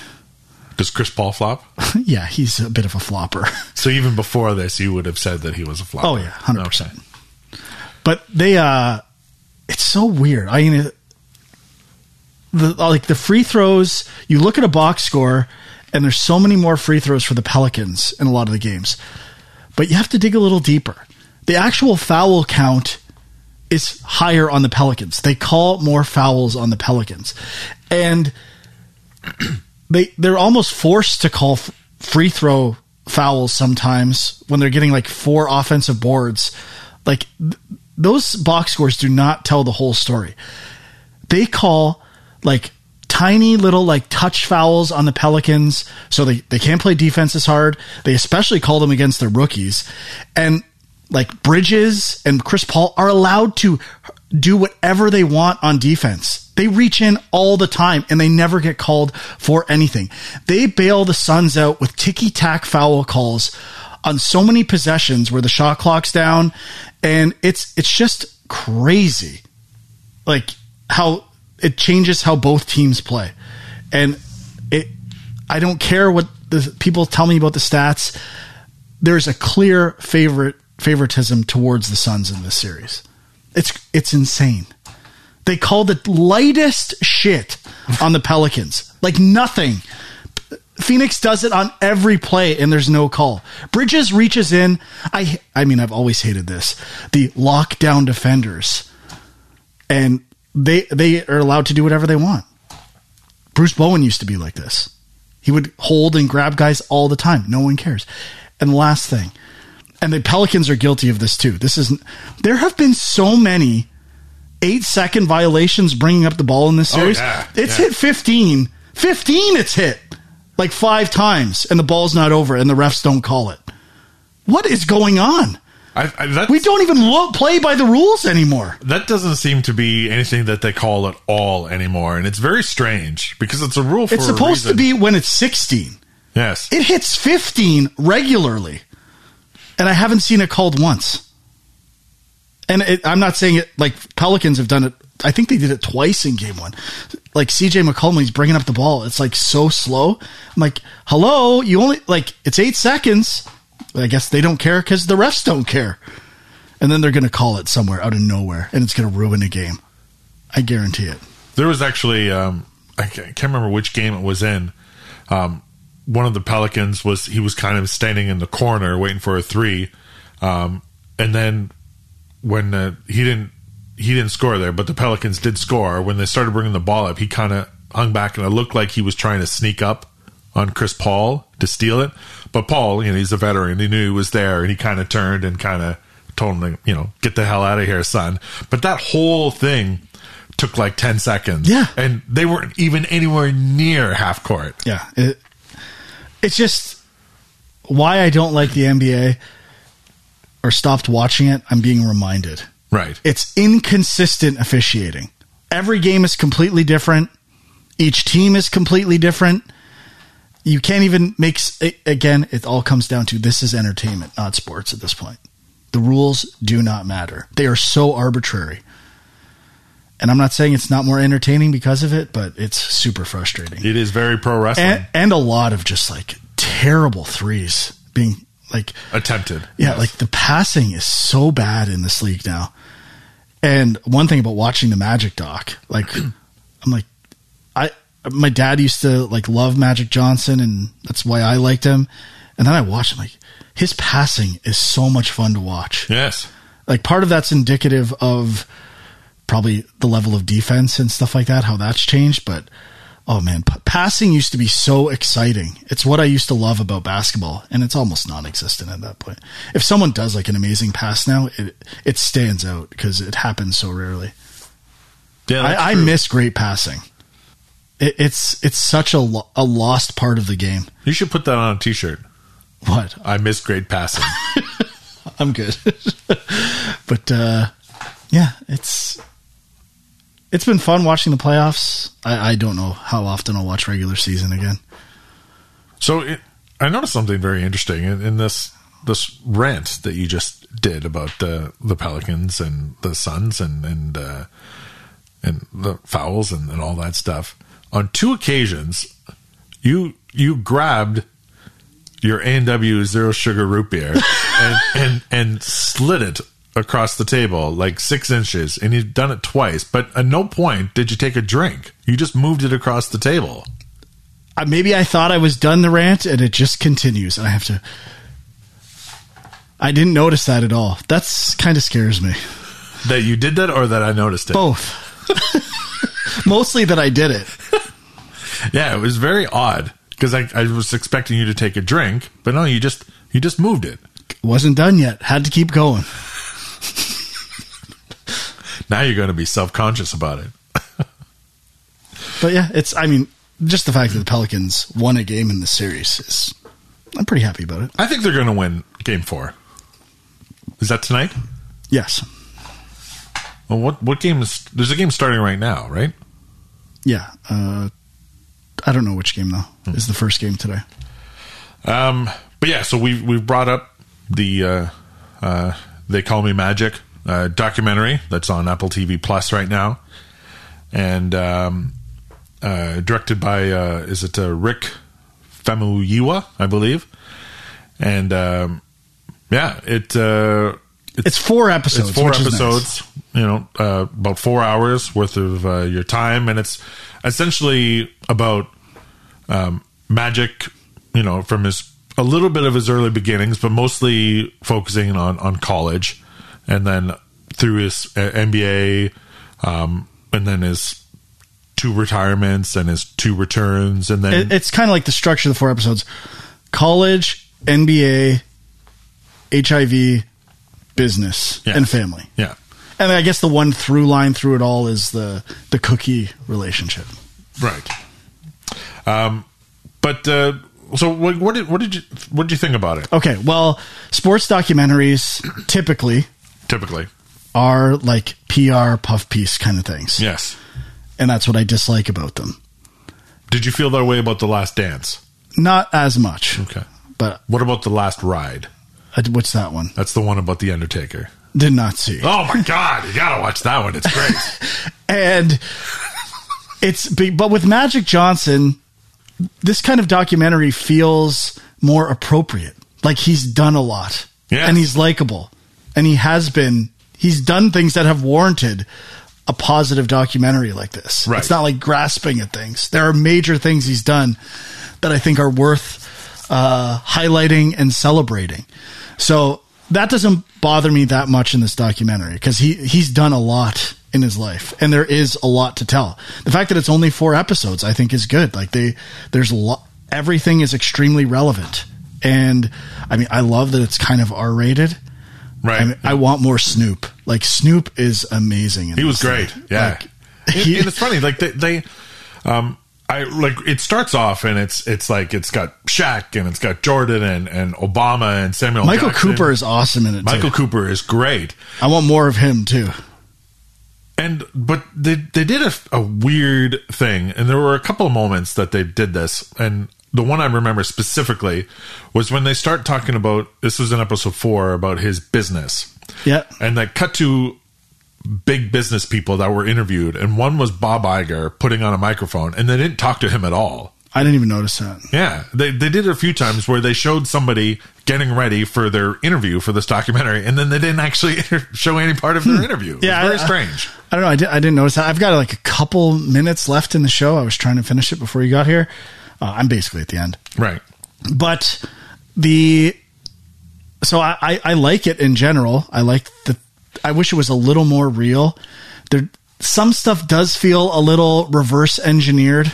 Speaker 1: does chris paul flop
Speaker 2: yeah, he's a bit of a flopper.
Speaker 1: so even before this you would have said that he was a flop
Speaker 2: Oh yeah, hundred percent. But they, uh it's so weird. I mean, it- the like the free throws. You look at a box score, and there's so many more free throws for the Pelicans in a lot of the games. But you have to dig a little deeper. The actual foul count is higher on the Pelicans. They call more fouls on the Pelicans, and they they're almost forced to call f- free throw fouls sometimes when they're getting like four offensive boards. Like th- those box scores do not tell the whole story. They call like tiny little like touch fouls on the Pelicans, so they they can't play defense as hard. They especially call them against their rookies, and like Bridges and Chris Paul are allowed to do whatever they want on defense. They reach in all the time and they never get called for anything. They bail the Suns out with ticky tack foul calls on so many possessions where the shot clock's down and it's it's just crazy. Like how it changes how both teams play. And it I don't care what the people tell me about the stats. There's a clear favorite favoritism towards the Suns in this series. It's it's insane. They called the lightest shit on the Pelicans. Like nothing. Phoenix does it on every play and there's no call. Bridges reaches in. I I mean I've always hated this. The lockdown defenders. And they they are allowed to do whatever they want. Bruce Bowen used to be like this. He would hold and grab guys all the time. No one cares. And last thing, and the Pelicans are guilty of this too. This is there have been so many eight second violations bringing up the ball in this
Speaker 1: Oh,
Speaker 2: series.
Speaker 1: yeah,
Speaker 2: It's
Speaker 1: yeah.
Speaker 2: hit 15. 15 it's hit like five times and the ball's not over and the refs don't call it. What is going on?
Speaker 1: I, I, that's,
Speaker 2: We don't even lo- play by the rules anymore.
Speaker 1: that doesn't seem to be anything that they call at all anymore and it's very strange because it's a rule for
Speaker 2: It's supposed to be when it's 16.
Speaker 1: be yes
Speaker 2: It hits 15 regularly, and I haven't seen it called once. And it, I'm not saying it like Pelicans have done it I think they did it twice in game one. Like CJ McCollum, when he's bringing up the ball. It's like so slow. I'm like, hello, you only like it's eight seconds. But I guess they don't care because the refs don't care. And then they're going to call it somewhere out of nowhere, and it's going to ruin a game. I guarantee it.
Speaker 1: There was actually um, I ca- can't remember which game it was in. Um, one of the Pelicans was he was kind of standing in the corner waiting for a three, um, and then when uh, he didn't he didn't score there, but the Pelicans did score. When they started bringing the ball up, he kind of hung back, and it looked like he was trying to sneak up on Chris Paul to steal it. But Paul, you know, he's a veteran. He knew he was there, and he kind of turned and kind of told him, to, you know, get the hell out of here, son. But that whole thing took like ten seconds.
Speaker 2: Yeah.
Speaker 1: and they weren't even anywhere near half court.
Speaker 2: Yeah. It, it's just why I don't like the NBA or stopped watching it. I'm being reminded.
Speaker 1: Right.
Speaker 2: It's inconsistent officiating. Every game is completely different. Each team is completely different. You can't even make s- a- again. It all comes down to this is entertainment, not sports at this point. The rules do not matter. They are so arbitrary. And I'm not saying it's not more entertaining because of it, but it's super frustrating
Speaker 1: It is very pro wrestling
Speaker 2: and, and a lot of just like terrible threes being like
Speaker 1: attempted.
Speaker 2: yeah like the passing is so bad in this league now and one thing about watching the magic doc like i'm like i my dad used to like love magic johnson and that's why i liked him and then i watched him like his passing is so much fun to watch
Speaker 1: Yes.
Speaker 2: like part of that's indicative of probably the level of defense and stuff like that how that's changed but oh man p- passing used to be so exciting it's what i used to love about basketball and it's almost non-existent at that point if someone does like an amazing pass now it it stands out because it happens so rarely
Speaker 1: Yeah, Oh, that's
Speaker 2: I, I
Speaker 1: true.
Speaker 2: miss great passing it, it's it's such a, lo- a lost part of the game
Speaker 1: You should put that on a T-shirt.
Speaker 2: what
Speaker 1: I miss grade passing.
Speaker 2: I'm good. but uh, yeah, it's it's been fun watching the playoffs. I, I don't know how often I'll watch regular season again.
Speaker 1: so it, I noticed something very interesting in, in this this rant that you just did about the the Pelicans and the Suns and and uh, and the fouls and, and all that stuff. On two occasions, you you grabbed your A&W zero sugar root beer and, and and slid it across the table like six inches, and you've done it twice. But at no point did you take a drink. You just moved it across the table.
Speaker 2: Uh, maybe I thought I was done the rant, and it just continues, and I have to. I didn't notice that at all. That's kind of scares me.
Speaker 1: That you did that or that I noticed it?
Speaker 2: Both. Mostly that I did it.
Speaker 1: Yeah, it was very odd because I, I was expecting you to take a drink, but no, you just you just moved it.
Speaker 2: Wasn't done yet. Had to keep going.
Speaker 1: Now you're going to be self conscious about it.
Speaker 2: But yeah, it's. I mean, just the fact that the Pelicans won a game in the series is. I'm pretty happy about it.
Speaker 1: I think they're going to win game four. Is that tonight?
Speaker 2: Yes.
Speaker 1: Well, what what game is there's a game starting right now, right?
Speaker 2: Yeah. Uh, I don't know which game though
Speaker 1: Hmm.
Speaker 2: is the first game today.
Speaker 1: Um, but yeah, so we we brought up the uh, uh, they call me magic uh, documentary that's on Apple TV Plus right now, and um, uh, directed by uh, is it uh, Rick Famuyiwa, I believe, and um, yeah, it uh,
Speaker 2: It's four episodes.
Speaker 1: it's four
Speaker 2: which is nice.
Speaker 1: episodes you know uh, about four hours worth of uh, your time and it's essentially about um, magic you know from his a little bit of his early beginnings but mostly focusing on on college and then through his uh, nba um, and then his two retirements and his two returns and then
Speaker 2: It- it's kind of like the structure of the four episodes: college, NBA, HIV, business,
Speaker 1: Yeah.
Speaker 2: and family.
Speaker 1: yeah
Speaker 2: And I guess the one through line through it all is the the cookie relationship.
Speaker 1: Right. Um, but uh, so what, what did what did you what did you think about it?
Speaker 2: Okay. Well, sports documentaries typically
Speaker 1: Typically,
Speaker 2: are like PR puff piece kind of things,
Speaker 1: yes.
Speaker 2: and that's what I dislike about them.
Speaker 1: Did you feel that way about the Last Dance?
Speaker 2: Not as much,
Speaker 1: Okay.
Speaker 2: but
Speaker 1: What about the Last Ride?
Speaker 2: uh, what's that one?
Speaker 1: That's the one about the Undertaker.
Speaker 2: did not see.
Speaker 1: Oh my god, you gotta watch that one. It's great.
Speaker 2: and it's be- but with Magic Johnson, this kind of documentary feels more appropriate. Like he's done a lot,
Speaker 1: Yeah.
Speaker 2: and he's likable, and he has been. He's done things that have warranted a positive documentary like this.
Speaker 1: Right.
Speaker 2: It's not like grasping at things. There are major things he's done that I think are worth uh, highlighting and celebrating. So that doesn't bother me that much in this documentary because he he's done a lot in his life and there is a lot to tell. The fact that it's only four episodes, I think, is good. Like they there's a lot. Everything is extremely relevant, and I mean, I love that it's kind of R rated.
Speaker 1: Right.
Speaker 2: I, mean, I want more Snoop. Like Snoop is amazing. in
Speaker 1: He was
Speaker 2: this
Speaker 1: great.
Speaker 2: thing.
Speaker 1: Yeah.
Speaker 2: Like,
Speaker 1: And-
Speaker 2: he-
Speaker 1: and it's funny, like they, they, um, I like it starts off and it's it's like it's got Shaq and it's got Jordan and, and Obama and Samuel.
Speaker 2: Michael
Speaker 1: Jackson.
Speaker 2: Cooper is awesome in it.
Speaker 1: Michael
Speaker 2: too.
Speaker 1: Cooper is great,
Speaker 2: I want more of him too.
Speaker 1: and but they they did a, a weird thing, and there were a couple of moments that they did this, and the one I remember specifically was when they start talking about this was in episode four about his business,
Speaker 2: Yeah.
Speaker 1: and they cut to big business people that were interviewed, and one was Bob Iger putting on a microphone, and they didn't talk to him at all.
Speaker 2: I didn't even notice that.
Speaker 1: Yeah, they they did it a few times where they showed somebody getting ready for their interview for this documentary, and then they didn't actually show any part of their interview. It was
Speaker 2: Hmm. Yeah, I-
Speaker 1: very
Speaker 2: I-
Speaker 1: strange.
Speaker 2: I don't know. I, di- I didn't notice that. I've got like a couple minutes left in the show. I was trying to finish it before you got here. Uh, I'm basically at the end,
Speaker 1: Right.
Speaker 2: but the so I, I I like it in general. I like the. I wish it was a little more real. There, some stuff does feel a little reverse engineered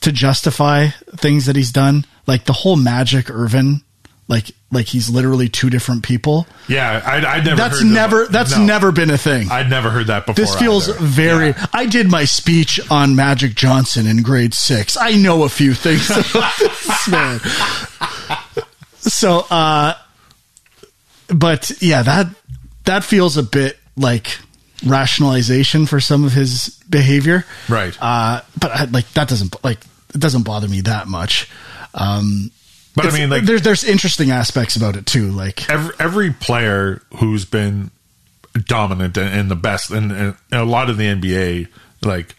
Speaker 2: to justify things that he's done, like the whole magic Irvin, like like he's literally two different people.
Speaker 1: Yeah, I, I'd never.
Speaker 2: That's
Speaker 1: heard of-
Speaker 2: never that's
Speaker 1: no,
Speaker 2: never been a thing.
Speaker 1: I'd never heard that before.
Speaker 2: This feels
Speaker 1: either.
Speaker 2: very.
Speaker 1: Yeah.
Speaker 2: I did my speech on Magic Johnson in grade six. I know a few things about this man. So, uh, but yeah, that that feels a bit like rationalization for some of his behavior,
Speaker 1: Right.
Speaker 2: Uh, but I, like that doesn't like it doesn't bother me that much. Um,
Speaker 1: But I
Speaker 2: it's-
Speaker 1: mean, like
Speaker 2: there's there's interesting aspects about it too. Like,
Speaker 1: every every player who's been dominant and, and the best, and, and a lot of the NBA, like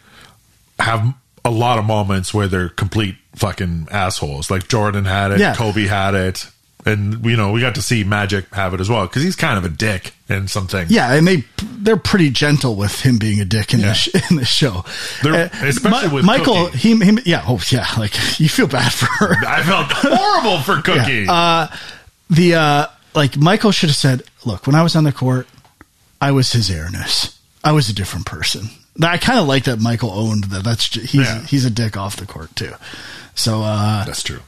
Speaker 1: have a lot of moments where they're complete fucking assholes. Like Jordan had it,
Speaker 2: Yeah.
Speaker 1: Kobe had it, and you know we got to see Magic have it as well because he's kind of a dick in some things.
Speaker 2: Yeah, and they they're pretty gentle with him being a dick in the sh- in the show. Uh,
Speaker 1: They're- especially with
Speaker 2: Michael.
Speaker 1: Cookie.
Speaker 2: He, he yeah oh yeah like you feel bad for her.
Speaker 1: I felt horrible for Cookie.
Speaker 2: Uh, The uh like Michael should have said, look, when I was on the court, I was his airness. I was a different person. Now, I kind of like that Michael owned that. That's ju- he's
Speaker 1: Yeah.
Speaker 2: he's a dick off the court too. So uh
Speaker 1: That's true.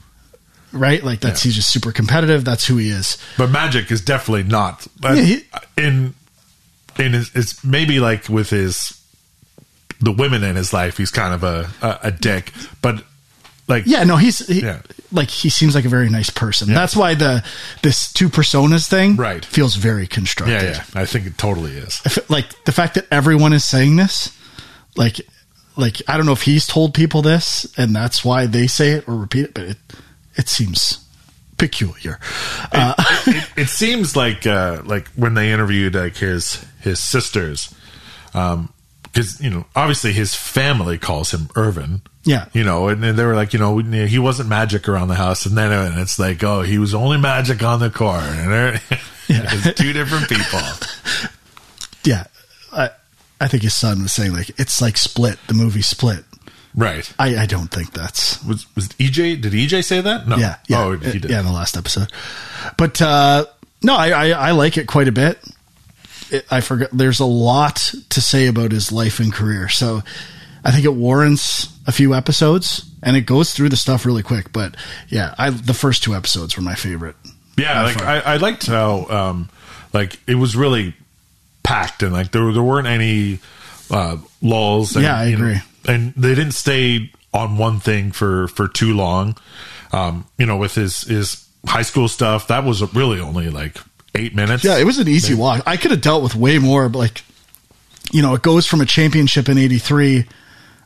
Speaker 2: right like that's he's just super competitive. That's who he is.
Speaker 1: But Magic is definitely not uh,
Speaker 2: Yeah, he-
Speaker 1: in in his, it's maybe like with his the women in his life. He's kind of a a, a dick, but like
Speaker 2: Yeah, no, he's he,
Speaker 1: Yeah.
Speaker 2: like he seems like a very nice person. That's why the this two personas thing
Speaker 1: Right.
Speaker 2: feels very constructed.
Speaker 1: yeah, yeah. I think it totally is.
Speaker 2: If- like the fact that everyone is saying this, like like I don't know if he's told people this and that's why they say it or repeat it, but it it seems peculiar.
Speaker 1: it, it seems like uh, like when they interviewed like his his sisters, because you know obviously his family calls him Irvin.
Speaker 2: Yeah.
Speaker 1: you know, and, and they were like, you know, we- he wasn't magic around the house, and then and it's like, oh, he was only magic on the court, and they're-
Speaker 2: Yeah.
Speaker 1: it's two different people.
Speaker 2: Yeah. I I think his son was saying like it's like Split, the movie Split.
Speaker 1: Right.
Speaker 2: I I don't think that's
Speaker 1: Was was EJ? Did EJ say that? No.
Speaker 2: Yeah. yeah Uh,
Speaker 1: Oh, he did.
Speaker 2: Yeah, in the last episode. But uh, no, I, I, I like it quite a bit. It, I forgot. There's a lot to say about his life and career. So I think it warrants a few episodes and it goes through the stuff really quick. But yeah, I, the first two episodes were my favorite.
Speaker 1: Yeah, like I, I liked how um, like it was really packed and like there there weren't any uh, lulls. And,
Speaker 2: Yeah, I
Speaker 1: you know,
Speaker 2: agree.
Speaker 1: and they didn't stay on one thing for for too long. Um, you know, with his his high school stuff, that was really only like eight minutes.
Speaker 2: Yeah, it was an easy watch. I could have dealt with way more, but like, you know, it goes from a championship in '83,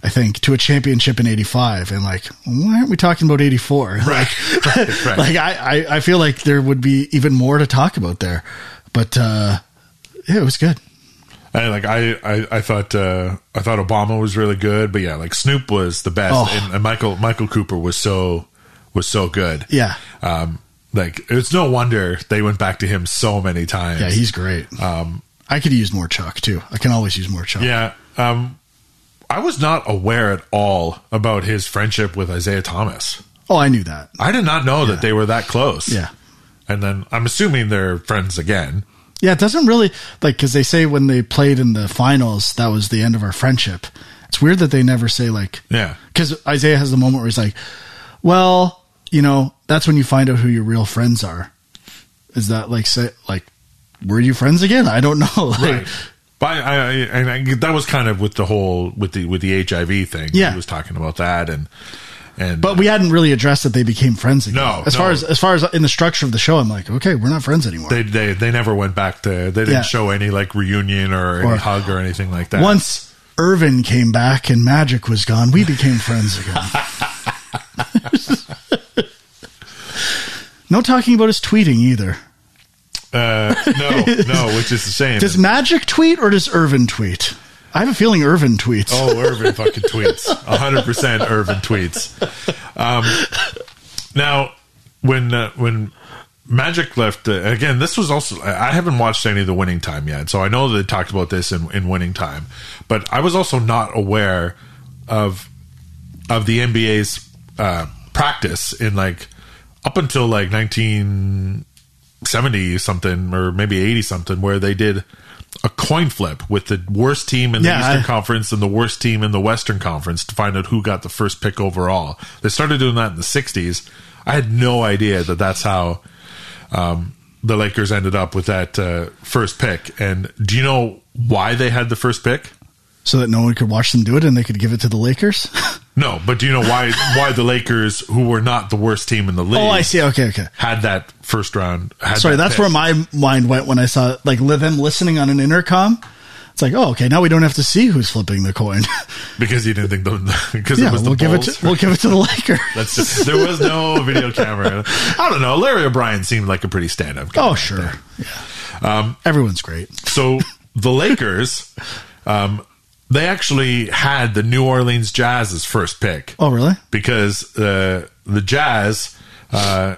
Speaker 2: I think, to a championship in '85, and like, why aren't we talking about '84? Like,
Speaker 1: right, right.
Speaker 2: like I, I, I feel like there would be even more to talk about there, but uh, yeah, it was good.
Speaker 1: I like I I, I thought uh, I thought Obama was really good, but yeah, like Snoop was the best,
Speaker 2: Oh.
Speaker 1: and, and Michael Michael Cooper was so was so good.
Speaker 2: Yeah,
Speaker 1: Um, like it's no wonder they went back to him so many times.
Speaker 2: yeah, he's great.
Speaker 1: um,
Speaker 2: I could use more Chuck too. I can always use more Chuck.
Speaker 1: yeah. Um, I was not aware at all about his friendship with Isaiah Thomas.
Speaker 2: Oh, I knew that.
Speaker 1: I did not know that they were that close.
Speaker 2: Yeah.
Speaker 1: and then I'm assuming they're friends again.
Speaker 2: Yeah, it doesn't really like because they say when they played in the finals, that was the end of our friendship. It's weird that they never say like
Speaker 1: Yeah,
Speaker 2: because Isaiah has the moment where he's like, "Well, you know, that's when you find out who your real friends are." Is that like say like were you friends again? I don't know. Like,
Speaker 1: right. But I, I, and I, that was kind of with the whole with the with the HIV thing.
Speaker 2: Yeah.
Speaker 1: he was talking about that, and and
Speaker 2: But we hadn't really addressed that they became friends again.
Speaker 1: No,
Speaker 2: as far
Speaker 1: no.
Speaker 2: as as far as in the structure of the show, I'm like, okay, we're not friends anymore.
Speaker 1: they they they never went back to. They didn't
Speaker 2: Yeah.
Speaker 1: show any like reunion or,
Speaker 2: Or-
Speaker 1: any hug or anything like that.
Speaker 2: Once Irvin came back and Magic was gone, we became friends again. no talking about his tweeting either.
Speaker 1: uh, no, no, which is the same.
Speaker 2: Does Magic tweet or does Irvin tweet? I have a feeling Irvin tweets.
Speaker 1: Oh, Irvin fucking tweets. 100% Irvin tweets. Um, now, when uh, when Magic left, uh, again, this was also, I I haven't watched any of the winning time yet, so I know they talked about this in, in winning time, but I was also not aware of of the NBA's uh, practice in like up until like 1970 something or maybe 80 something where they did a coin flip with the worst team in the
Speaker 2: Yeah,
Speaker 1: Eastern
Speaker 2: I-
Speaker 1: Conference and the worst team in the Western Conference to find out who got the first pick overall. They started doing that in the 60s. I had no idea that that's how um, the Lakers ended up with that uh, first pick. And do you know why they had the first pick?
Speaker 2: So that no one could watch them do it and they could give it to the Lakers?
Speaker 1: No, but do you know why why the Lakers, who were not the worst team in the league,
Speaker 2: oh, I see. Okay, okay.
Speaker 1: had that first round? Had
Speaker 2: Sorry,
Speaker 1: that
Speaker 2: that's
Speaker 1: pick.
Speaker 2: where my mind went when I saw like li- them listening on an intercom. It's like, oh, okay, now we don't have to see who's flipping the coin.
Speaker 1: because you didn't think the because
Speaker 2: yeah,
Speaker 1: it was the
Speaker 2: we'll give it
Speaker 1: Bulls.
Speaker 2: to, we'll give it to the Lakers.
Speaker 1: That's just there was no video camera. I don't know. Larry O'Brien seemed like a pretty stand up. guy.
Speaker 2: Oh, sure. Yeah.
Speaker 1: Um,
Speaker 2: Everyone's great.
Speaker 1: So the Lakers, um, they actually had the New Orleans Jazz's first pick.
Speaker 2: Oh, really?
Speaker 1: because uh, the Jazz, uh,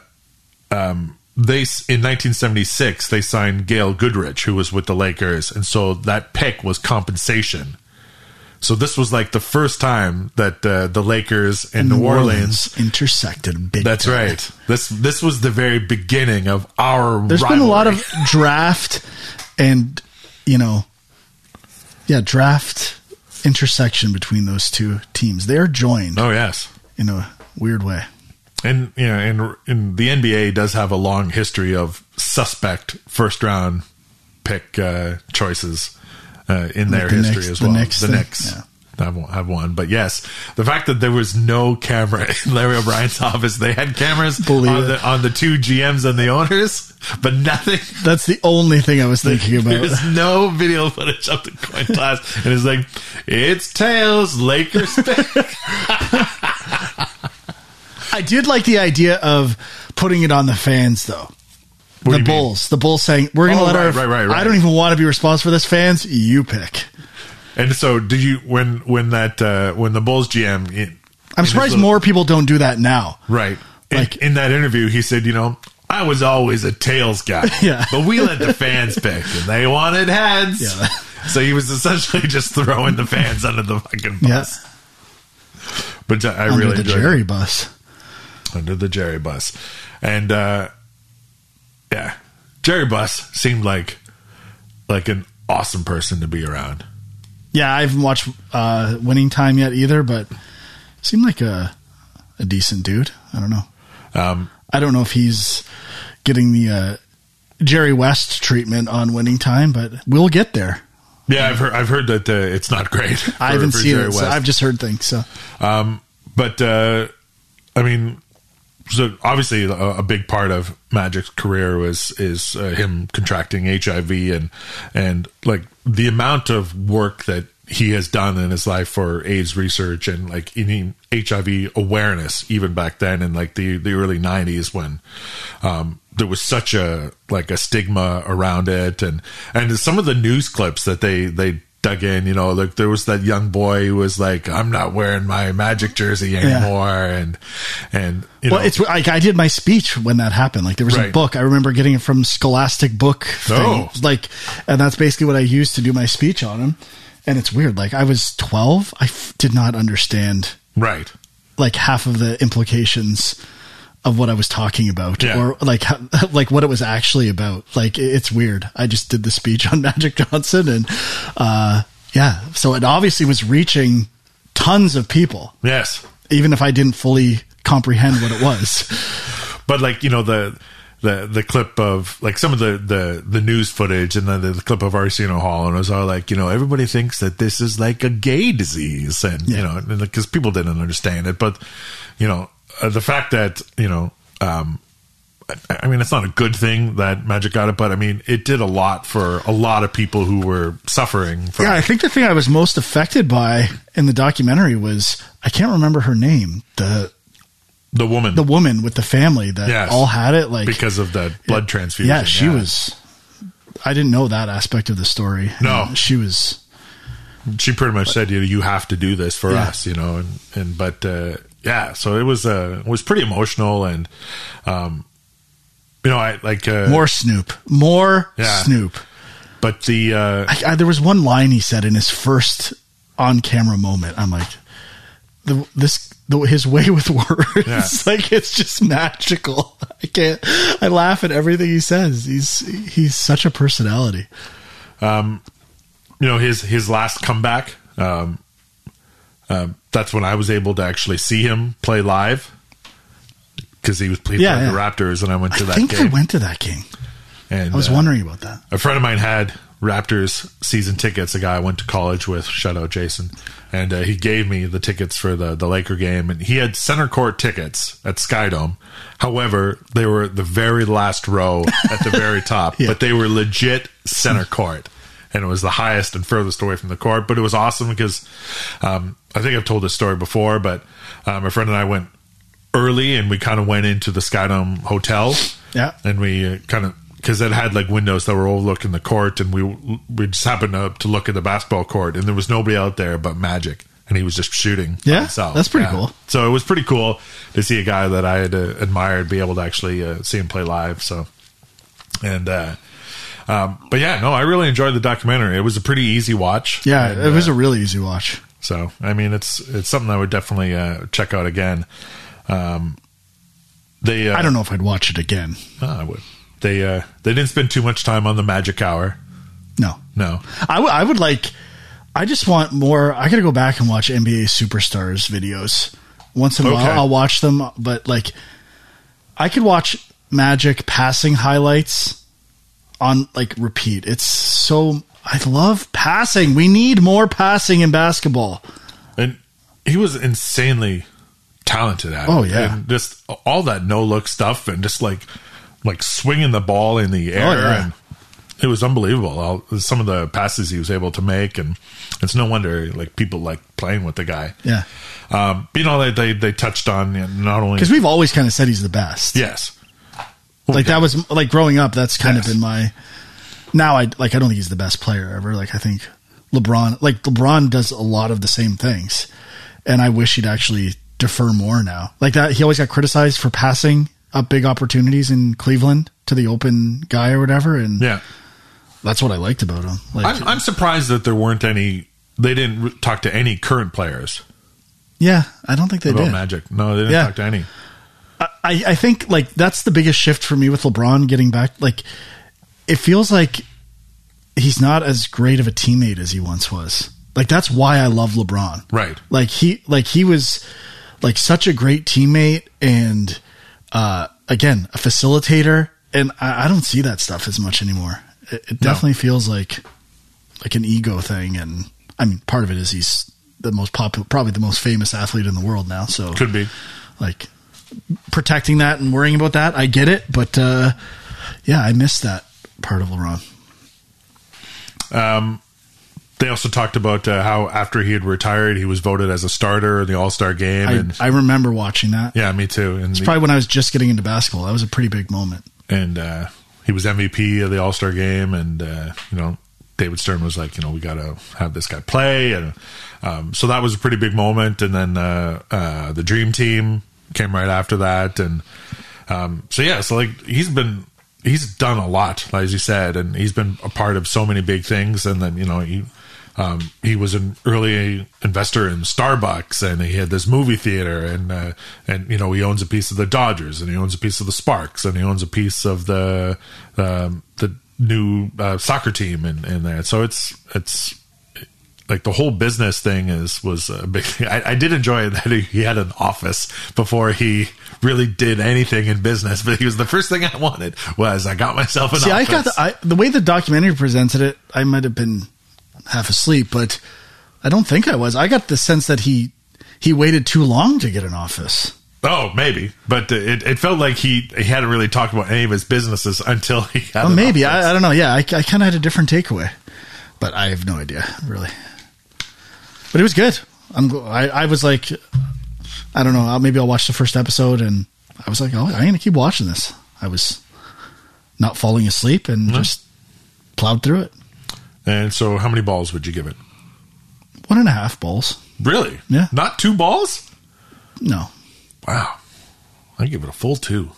Speaker 1: um, they in 1976 they signed Gail Goodrich, who was with the Lakers, and so that pick was compensation. So this was like the first time that uh, the Lakers and New, Orleans.
Speaker 2: intersected big.
Speaker 1: That's
Speaker 2: time.
Speaker 1: right. This this was the very beginning of our.
Speaker 2: There's been a lot
Speaker 1: rivalry.
Speaker 2: of draft and, you know, yeah, draft intersection between those two teams. They're joined
Speaker 1: Oh yes.
Speaker 2: in a weird way.
Speaker 1: And you know, and, and the NBA does have a long history of suspect first round pick uh, choices uh, in their
Speaker 2: the
Speaker 1: history
Speaker 2: Knicks-
Speaker 1: as
Speaker 2: the
Speaker 1: well.
Speaker 2: Knicks
Speaker 1: the
Speaker 2: thing,
Speaker 1: Knicks
Speaker 2: yeah.
Speaker 1: have, one- have one, but yes, the fact that there was no camera in Larry O'Brien's office, they had cameras
Speaker 2: Believe
Speaker 1: on
Speaker 2: it.
Speaker 1: the, on the two GMs and the owners, but nothing.
Speaker 2: That's the only thing I was thinking about.
Speaker 1: There's no video footage of the coin toss, and it's like it's tails, Lakers. pick.
Speaker 2: I did like the idea of putting it on the fans, though.
Speaker 1: do
Speaker 2: the
Speaker 1: you mean?
Speaker 2: Bulls, the Bulls saying, "We're going to
Speaker 1: Oh,
Speaker 2: let
Speaker 1: right,
Speaker 2: our
Speaker 1: right, right, right.
Speaker 2: I don't even want to be responsible for this, fans. You pick."
Speaker 1: and so, did you when when that uh, when the Bulls GM? It,
Speaker 2: I'm
Speaker 1: in his
Speaker 2: surprised
Speaker 1: little-
Speaker 2: more people don't do that now.
Speaker 1: Right. In-
Speaker 2: Like-
Speaker 1: in, that interview, he said, you know, I was always a tails guy.
Speaker 2: Yeah.
Speaker 1: But we let the fans pick and they wanted heads.
Speaker 2: Yeah.
Speaker 1: So he was essentially just throwing the fans under the fucking
Speaker 2: Yes,
Speaker 1: bus. But uh, I
Speaker 2: under
Speaker 1: really
Speaker 2: the
Speaker 1: enjoyed it.
Speaker 2: Jerry bus.
Speaker 1: under the Jerry bus. And uh yeah. Jerry Bus seemed like like an awesome person to be around.
Speaker 2: Yeah, I haven't watched uh, Winning Time yet either, but seemed like a a decent dude. I don't know.
Speaker 1: Um
Speaker 2: I don't know if he's getting the uh, Jerry West treatment on Winning Time, but we'll get there.
Speaker 1: yeah, I've heard. I've heard that uh, it's not great.
Speaker 2: I
Speaker 1: for-
Speaker 2: haven't
Speaker 1: for
Speaker 2: seen
Speaker 1: Jerry
Speaker 2: it. So
Speaker 1: West.
Speaker 2: I've just heard things. So
Speaker 1: Um, but uh, I mean, so obviously a, a big part of Magic's career was is uh, him contracting HIV and and like the amount of work that he has done in his life for AIDS research and like even HIV awareness, even back then in like the, the early nineties when, um, there was such a, like a stigma around it. And, and some of the news clips that they, they dug in, you know, like there was that young boy who was like, I'm not wearing my magic jersey anymore. And, and, you
Speaker 2: Well,
Speaker 1: know,
Speaker 2: it's like I did my speech when that happened. Like there was a
Speaker 1: Right.
Speaker 2: book I remember getting it from Scholastic book. Thing.
Speaker 1: Oh.
Speaker 2: like, and that's basically what I used to do my speech on him. And it's weird. Like I was twelve, I f- did not understand
Speaker 1: right.
Speaker 2: like half of the implications of what I was talking about,
Speaker 1: Yeah.
Speaker 2: or like how, like what it was actually about. Like it- it's weird. I just did the speech on Magic Johnson, and uh, yeah, so it obviously was reaching tons of people,
Speaker 1: Yes.
Speaker 2: even if I didn't fully comprehend what it was.
Speaker 1: but like you know the the the clip of like some of the the the news footage and then the, clip of Arsenio Hall and it was all like you know everybody thinks that this is like a gay disease and you
Speaker 2: Yeah.
Speaker 1: know because people didn't understand it but you know uh, the fact that you know um I, I mean it's not a good thing that magic got it but I mean it did a lot for a lot of people who were suffering from
Speaker 2: Yeah, I think the thing I was most affected by in the documentary was I can't remember her name the
Speaker 1: the woman
Speaker 2: the woman with the family that
Speaker 1: Yes.
Speaker 2: all had it. Like,
Speaker 1: because of the blood transfusion
Speaker 2: yeah, she was. I didn't know that aspect of the story.
Speaker 1: No.
Speaker 2: And she was.
Speaker 1: she pretty much said, "You know, you have to do this for
Speaker 2: Yeah.
Speaker 1: us," you know, and and but uh, yeah, so it was uh, it was pretty emotional, and um, you know, I like uh,
Speaker 2: More Snoop. More
Speaker 1: Yeah.
Speaker 2: Snoop.
Speaker 1: but the uh,
Speaker 2: I, I, there was one line he said in his first on camera moment. I'm like, the, this the, his way with words,
Speaker 1: Yeah.
Speaker 2: like it's just magical. I can't. I laugh at everything he says. He's he's such a personality.
Speaker 1: you know his his last comeback, um, uh, that's when I was able to actually see him play live because he was playing
Speaker 2: Yeah,
Speaker 1: the
Speaker 2: yeah.
Speaker 1: Raptors, and I went to
Speaker 2: I
Speaker 1: that
Speaker 2: think
Speaker 1: game.
Speaker 2: I went to that game.
Speaker 1: and
Speaker 2: I was
Speaker 1: uh,
Speaker 2: wondering about that.
Speaker 1: a friend of mine had Raptors season tickets. A guy I went to college with, shout out Jason, and uh, he gave me the tickets for the the Laker game, and he had center court tickets at Skydome. However, they were the very last row at the very top,
Speaker 2: Yeah.
Speaker 1: but they were legit center court. And it was the highest and furthest away from the court, but it was awesome because um, I think I've told this story before. But um, my friend and I went early, and we kind of went into the Skydome hotel,
Speaker 2: Yeah.
Speaker 1: and we uh, kind of because it had like windows that were overlooking the court, and we we just happened to, to look at the basketball court, and there was nobody out there but Magic, and he was just shooting. by
Speaker 2: Yeah?
Speaker 1: himself.
Speaker 2: That's pretty cool.
Speaker 1: So it was pretty cool to see a guy that I had uh, admired be able to actually uh, see him play live. So and. uh um, but yeah, no, I really enjoyed the documentary. It was a pretty easy watch.
Speaker 2: Yeah,
Speaker 1: And,
Speaker 2: it was
Speaker 1: uh,
Speaker 2: a really easy watch.
Speaker 1: so I mean, it's it's something I would definitely uh, check out again. Um, they uh,
Speaker 2: I don't know if I'd watch it again.
Speaker 1: no, Ah, I would. They uh, they didn't spend too much time on the magic hour.
Speaker 2: No,
Speaker 1: No.
Speaker 2: I would- I would like. I just want more. I gotta go back and watch NBA superstars videos once in a
Speaker 1: Okay.
Speaker 2: while. I'll watch them, but like, I could watch Magic passing highlights on like repeat. It's so I love passing. We need more passing in basketball.
Speaker 1: And he was insanely talented at it.
Speaker 2: Oh, yeah.
Speaker 1: And just all that no look stuff and just like like swinging the ball in the air
Speaker 2: Oh, yeah.
Speaker 1: and it was unbelievable. All, some of the passes he was able to make and it's no wonder like people like playing with the guy.
Speaker 2: Yeah,
Speaker 1: Um, but, you know they, they they touched on you know, not only
Speaker 2: because we've always kind of said he's the best.
Speaker 1: yes.
Speaker 2: like that was like growing up that's kind
Speaker 1: Yes.
Speaker 2: of been my now i like i don't think he's the best player ever like i think lebron like lebron does a lot of the same things and i wish he'd actually defer more now like that he always got criticized for passing up big opportunities in cleveland to the open guy or whatever and
Speaker 1: Yeah.
Speaker 2: that's what i liked about him like
Speaker 1: I'm, I'm surprised that there weren't any. They didn't re- talk to any current players
Speaker 2: yeah i don't think they
Speaker 1: about
Speaker 2: did
Speaker 1: Magic. No, they didn't
Speaker 2: Yeah.
Speaker 1: talk to any.
Speaker 2: I, I think like that's the biggest shift for me with LeBron getting back. Like it feels like he's not as great of a teammate as he once was. Like that's why I love LeBron.
Speaker 1: Right.
Speaker 2: Like he like he was like such a great teammate and uh again a facilitator and I, I don't see that stuff as much anymore. It, it definitely feels like like an ego thing and I mean part of it is he's the most popular probably the most famous athlete in the world now so
Speaker 1: Could be.
Speaker 2: like protecting that and worrying about that. I get it, but uh, yeah, I miss that part of LeBron.
Speaker 1: They also talked about uh, how after he had retired, he was voted as a starter in the All Star game.
Speaker 2: I,
Speaker 1: and
Speaker 2: I remember watching that.
Speaker 1: yeah, me too. And the-
Speaker 2: Probably when I was just getting into basketball. That was a pretty big moment.
Speaker 1: and uh, he was MVP of the All Star game. And uh, you know, David Stern was like, you know, we got to have this guy play, and um, so that was a pretty big moment. And then uh, uh, the Dream Team came right after that, and um, so yeah, so like he's been. He's done a lot, as you said, and he's been a part of so many big things. And then, you know, he um, he was an early investor in Starbucks, and he had this movie theater, and uh, and you know he owns a piece of the Dodgers, and he owns a piece of the Sparks, and he owns a piece of the um, the new uh, soccer team, and and that. So it's it's like the whole business thing is was a big thing. I, I did enjoy that he had an office before he really did anything in business, but he was the first thing I wanted was I got myself an
Speaker 2: See, I
Speaker 1: office.
Speaker 2: got the, I, the way the documentary presented it. I might have been half asleep, but I don't think I was. I got the sense that he he waited too long to get an office.
Speaker 1: Oh, maybe, but uh, it, it felt like he he hadn't really talked about any of his businesses until he had.
Speaker 2: Oh,
Speaker 1: an
Speaker 2: maybe
Speaker 1: office.
Speaker 2: I, I don't know. Yeah, I, I kind of had a different takeaway, but I have no idea really. But it was good. I'm. gl- I, I was like, I don't know. I'll, maybe I'll watch the first episode, and I was like, oh, I'm gonna keep watching this. I was not falling asleep and just plowed through it.
Speaker 1: And so, how many balls would you give it?
Speaker 2: One and a half balls.
Speaker 1: Really?
Speaker 2: Yeah.
Speaker 1: Not two balls?
Speaker 2: No.
Speaker 1: Wow. I give it a full two.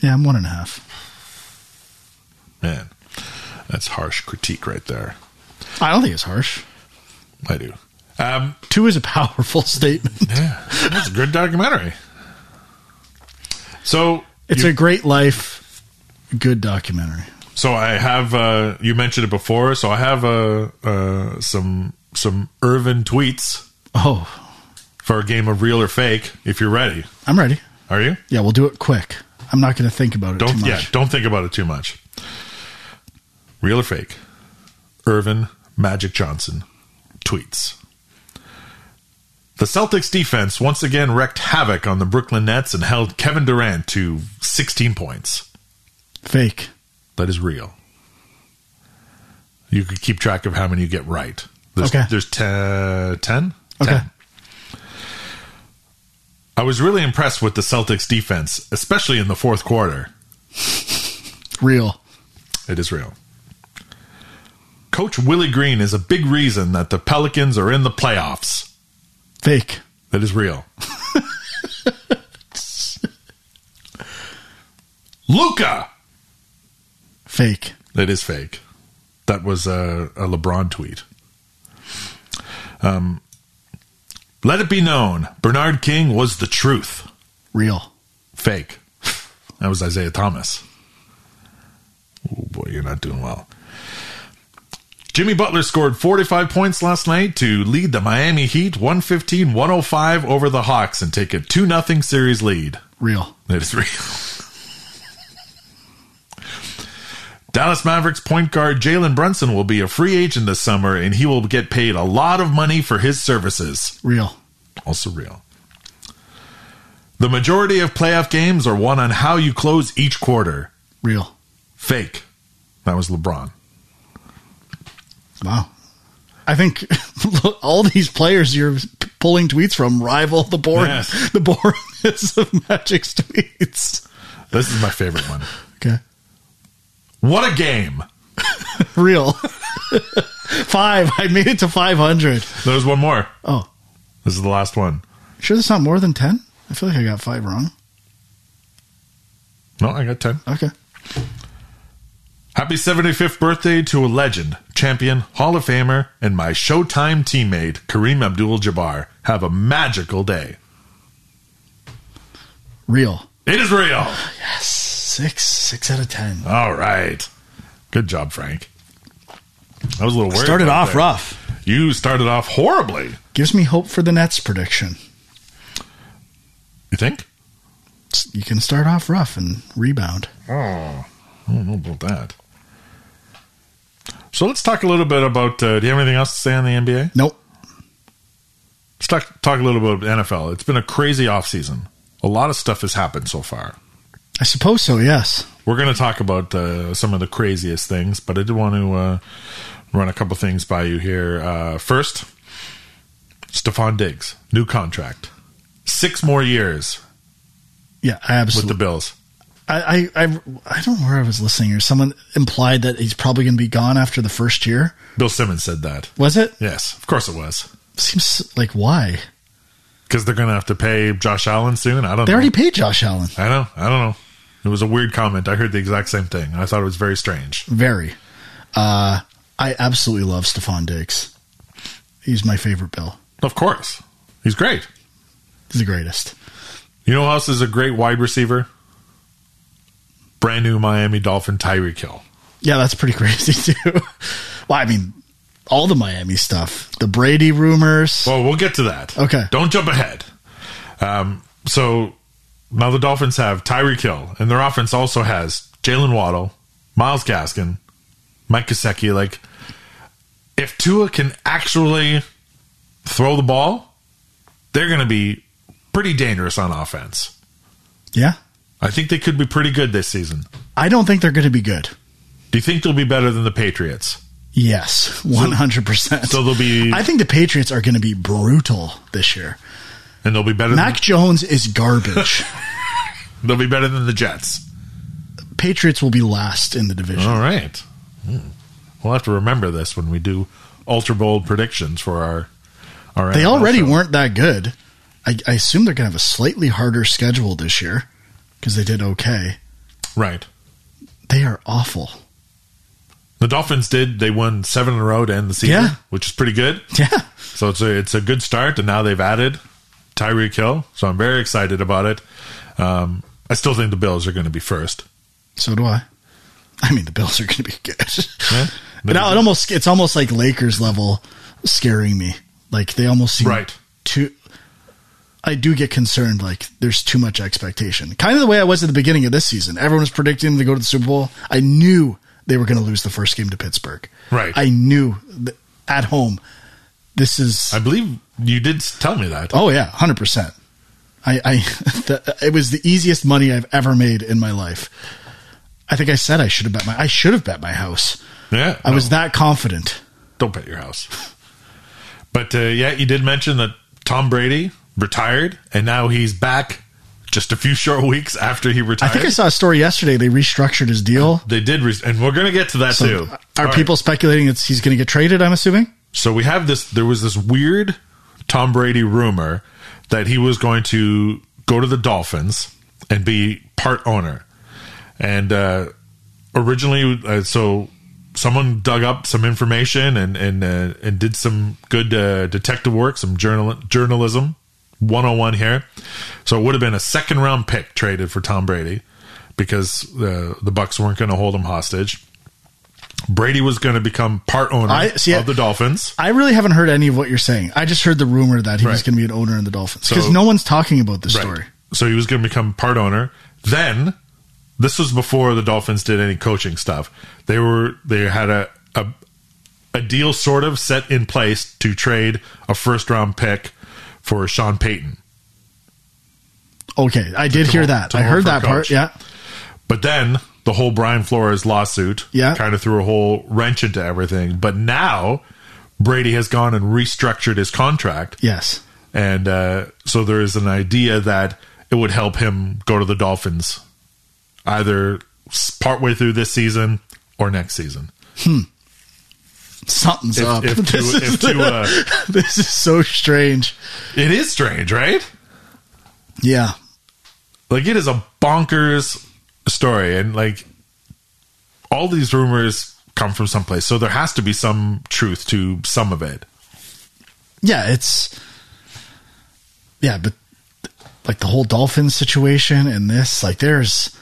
Speaker 2: Yeah, I'm one and a half.
Speaker 1: Man, that's harsh critique right there.
Speaker 2: I don't think it's harsh.
Speaker 1: I do. Um,
Speaker 2: Two is a powerful statement.
Speaker 1: yeah, that's a good documentary. So
Speaker 2: It's
Speaker 1: you-
Speaker 2: a great life, good documentary.
Speaker 1: So I have uh, you mentioned it before. So I have uh, uh, some some Irvin tweets
Speaker 2: Oh,
Speaker 1: for a game of real or fake. If you're ready,
Speaker 2: I'm ready.
Speaker 1: are you?
Speaker 2: Yeah, we'll do it quick. I'm not going to think about it
Speaker 1: Don't
Speaker 2: too much.
Speaker 1: yeah. Don't think about it too much. Real or fake? Irvin Magic Johnson tweets. The Celtics defense once again wreaked havoc on the Brooklyn Nets and held Kevin Durant to 16 points.
Speaker 2: Fake.
Speaker 1: That is real. You could keep track of how many you get right. There's,
Speaker 2: Okay.
Speaker 1: There's te- 10?
Speaker 2: Okay.
Speaker 1: 10. I was really impressed with the Celtics defense, especially in the fourth quarter.
Speaker 2: Real.
Speaker 1: It is real. Coach Willie Green is a big reason that the Pelicans are in the playoffs.
Speaker 2: Fake.
Speaker 1: That is real. Luca!
Speaker 2: Fake.
Speaker 1: That is fake. That was a, a LeBron tweet. Um, let it be known, Bernard King was the truth.
Speaker 2: Real.
Speaker 1: Fake. That was Isaiah Thomas. Oh boy, you're not doing well. Jimmy Butler scored 45 points last night to lead the Miami Heat 115 105 over the Hawks and take a 2 0 series lead.
Speaker 2: Real.
Speaker 1: That is real. Dallas Mavericks point guard Jalen Brunson will be a free agent this summer and he will get paid a lot of money for his services.
Speaker 2: Real.
Speaker 1: Also real. The majority of playoff games are won on how you close each quarter.
Speaker 2: Real.
Speaker 1: Fake. That was LeBron.
Speaker 2: Wow. I think all these players you're p- pulling tweets from rival the boring,
Speaker 1: Yes.
Speaker 2: the boringness of Magic's tweets.
Speaker 1: This is my favorite one.
Speaker 2: Okay.
Speaker 1: What a game.
Speaker 2: Real. Five. I made it to 500.
Speaker 1: There's one more.
Speaker 2: Oh.
Speaker 1: This is the last one.
Speaker 2: Sure, that's not more than 10? I feel like I got five wrong.
Speaker 1: No, I got 10.
Speaker 2: Okay.
Speaker 1: Happy 75th birthday to a legend, champion, Hall of Famer, and my Showtime teammate, Kareem Abdul Jabbar. Have a magical day.
Speaker 2: Real.
Speaker 1: It is real.
Speaker 2: Six. Six out of 10.
Speaker 1: All right. Good job, Frank. I was a little worried.
Speaker 2: Started
Speaker 1: about
Speaker 2: off
Speaker 1: that.
Speaker 2: rough.
Speaker 1: You started off horribly.
Speaker 2: Gives me hope for the Nets prediction.
Speaker 1: You think?
Speaker 2: S- You can start off rough and rebound.
Speaker 1: Oh, I don't know about that. So let's talk a little bit about. Uh, do you have anything else to say on the NBA?
Speaker 2: Nope.
Speaker 1: Let's talk, talk a little bit about NFL. It's been a crazy offseason. A lot of stuff has happened so far.
Speaker 2: I suppose so, yes.
Speaker 1: We're going to talk about uh, some of the craziest things, but I did want to uh, run a couple things by you here. Uh, first, Stephon Diggs, new contract, six more years
Speaker 2: Yeah, I
Speaker 1: with
Speaker 2: absolutely.
Speaker 1: the Bills.
Speaker 2: I, I I I don't know where I was listening or someone implied that he's probably going to be gone after the first year.
Speaker 1: Bill Simmons said that.
Speaker 2: Was it?
Speaker 1: Yes, of course it was
Speaker 2: Seems like why
Speaker 1: because they're going to have to pay Josh Allen soon. I don't.
Speaker 2: they
Speaker 1: know.
Speaker 2: already paid Josh Allen.
Speaker 1: I know. I don't know. It was a weird comment. I heard the exact same thing. I thought it was very strange.
Speaker 2: Very. Uh, I absolutely love Stephon Diggs. He's my favorite Bill.
Speaker 1: Of course, he's great.
Speaker 2: He's the greatest.
Speaker 1: You know who else is a great wide receiver? Brand new Miami Dolphin Tyreek Hill.
Speaker 2: Yeah, that's pretty crazy too. well, I mean, all the Miami stuff, the Brady rumors.
Speaker 1: Well, we'll get to that.
Speaker 2: Okay.
Speaker 1: Don't jump ahead. Um, so now the Dolphins have Tyreek Hill, and their offense also has Jalen Waddle, Miles Gaskin, Mike Gesicki. Like, if Tua can actually throw the ball, they're going to be pretty dangerous on offense.
Speaker 2: yeah,
Speaker 1: I think they could be pretty good this season.
Speaker 2: I don't think they're going to be good.
Speaker 1: Do you think they'll be better than the Patriots?
Speaker 2: Yes, one hundred percent.
Speaker 1: So they'll be,
Speaker 2: I think the Patriots are going to be brutal this year.
Speaker 1: and they'll be better. Than,
Speaker 2: Mac Jones is garbage.
Speaker 1: they'll be better than the Jets.
Speaker 2: Patriots will be last in the division.
Speaker 1: All right. Hmm. We'll have to remember this when we do ultra bold predictions for our our
Speaker 2: They
Speaker 1: NFL
Speaker 2: already
Speaker 1: show.
Speaker 2: weren't that good. I, I assume they're going to have a slightly harder schedule this year because they did okay.
Speaker 1: right.
Speaker 2: They are awful.
Speaker 1: The Dolphins did. They won seven in a row to end the season,
Speaker 2: Yeah.
Speaker 1: which is pretty good.
Speaker 2: Yeah.
Speaker 1: So it's a it's a good start, and now they've added Tyreek Hill. So I'm very excited about it. Um, I still think the Bills are going to be first.
Speaker 2: So do I. I mean, the Bills are going to be good.
Speaker 1: Yeah.
Speaker 2: But now it almost it's almost like Lakers level scaring me. Like they almost seem
Speaker 1: Right.
Speaker 2: too. I do get concerned. Like there's too much expectation. Kind of the way I was at the beginning of this season. Everyone was predicting them to go to the Super Bowl. I knew they were going to lose the first game to Pittsburgh.
Speaker 1: Right.
Speaker 2: I knew that at home. This is.
Speaker 1: I believe you did s- tell me that.
Speaker 2: oh yeah, hundred percent. I, I the, it was the easiest money I've ever made in my life. I think I said I should have bet my I should have bet my house.
Speaker 1: Yeah,
Speaker 2: I was that confident.
Speaker 1: don't bet your house. But uh, yeah, you did mention that Tom Brady retired, and now he's back just a few short weeks after he
Speaker 2: I
Speaker 1: retired.
Speaker 2: think I saw a story yesterday. They restructured his deal.
Speaker 1: they did, re- and we're going to get to that too.
Speaker 2: Are
Speaker 1: All right.
Speaker 2: people speculating that he's going to get traded? I'm assuming.
Speaker 1: So we have this. There was this weird Tom Brady rumor that he was going to go to the Dolphins and be part owner. And uh, originally, uh, so someone dug up some information and and uh, and did some good uh, detective work, some journal journalism 101 here. So it would have been a second round pick traded for Tom Brady because uh, the Bucks weren't going to hold him hostage. Brady was going to become part owner
Speaker 2: I- see,
Speaker 1: of the Dolphins.
Speaker 2: I really haven't heard any of what you're saying. I just heard the rumor that he was
Speaker 1: Right.
Speaker 2: going to be an owner in the Dolphins because
Speaker 1: So-
Speaker 2: no one's talking about this
Speaker 1: Right.
Speaker 2: story.
Speaker 1: So he was going to become part owner. Then this was before the Dolphins did any coaching stuff. They were they had a a, a deal sort of set in place to trade a first round pick for Sean Payton.
Speaker 2: Okay, I did
Speaker 1: To
Speaker 2: hear
Speaker 1: hold-
Speaker 2: that.
Speaker 1: to
Speaker 2: I
Speaker 1: hold
Speaker 2: heard
Speaker 1: for
Speaker 2: that
Speaker 1: coach.
Speaker 2: part. Yeah,
Speaker 1: But then the whole Brian Flores lawsuit
Speaker 2: Yeah.
Speaker 1: kind of threw a whole wrench into everything. But now Brady has gone and restructured his contract
Speaker 2: yes.
Speaker 1: and uh, so there is an idea that it would help him go to the Dolphins, either s- partway through this season or next season.
Speaker 2: Something's up.
Speaker 1: if
Speaker 2: this,
Speaker 1: Tua-
Speaker 2: is
Speaker 1: if uh, Tua-
Speaker 2: this is so strange.
Speaker 1: It is strange, right?
Speaker 2: Yeah,
Speaker 1: Like it is a bonkers story, and like all these rumors come from someplace, so there has to be some truth to some of it.
Speaker 2: yeah. It's yeah, but like the whole Dolphins situation and this, like, there's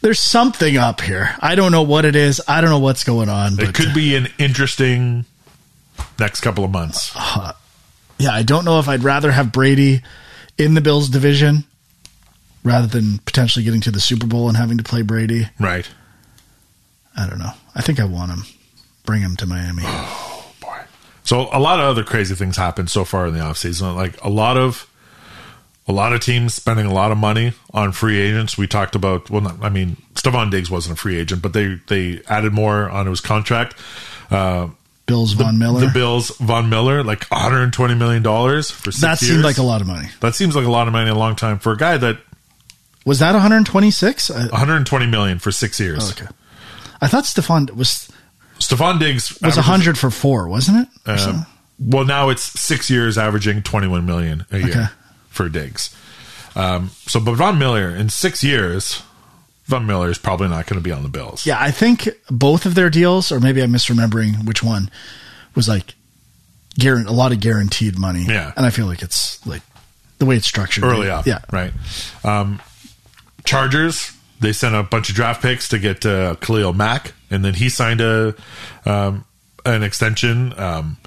Speaker 2: there's something up here. I don't know what it is. I don't know what's going on.
Speaker 1: It
Speaker 2: But
Speaker 1: could be an interesting next couple of months.
Speaker 2: yeah, I don't know if I'd rather have Brady in the Bills division rather than potentially getting to the Super Bowl and having to play Brady.
Speaker 1: Right,
Speaker 2: I don't know. I think I want him. Bring him to Miami.
Speaker 1: boy. So a lot of other crazy things happened so far in the offseason. Like a lot of a lot of teams spending a lot of money on free agents. We talked about well not, I mean Stephon Diggs wasn't a free agent, but they they added more on his contract. uh,
Speaker 2: Bills Von Miller.
Speaker 1: the Bills Von Miller, like 120 million dollars for six
Speaker 2: that
Speaker 1: years.
Speaker 2: seemed like a lot of money.
Speaker 1: That seems like a lot of money in a long time for a guy that
Speaker 2: Was that 126? I, oh,
Speaker 1: 120 million for six years.
Speaker 2: okay. I thought Stefan was
Speaker 1: Stephon Diggs
Speaker 2: was
Speaker 1: averages-
Speaker 2: 100 for four, wasn't it? Or something?
Speaker 1: Um, well, now it's six years averaging 21 million a year
Speaker 2: Okay.
Speaker 1: for Diggs. Um, so, but Von Miller in six years, Von Miller is probably not going to be on the Bills.
Speaker 2: Yeah, I think both of their deals, or maybe I'm misremembering which one, was like guaran- a lot of guaranteed money.
Speaker 1: Yeah.
Speaker 2: and I feel like it's like the way it's structured
Speaker 1: early on.
Speaker 2: Yeah,
Speaker 1: right. Um, Chargers they sent a bunch of draft picks to get uh, Khalil Mack, and then he signed a um, an extension. Um,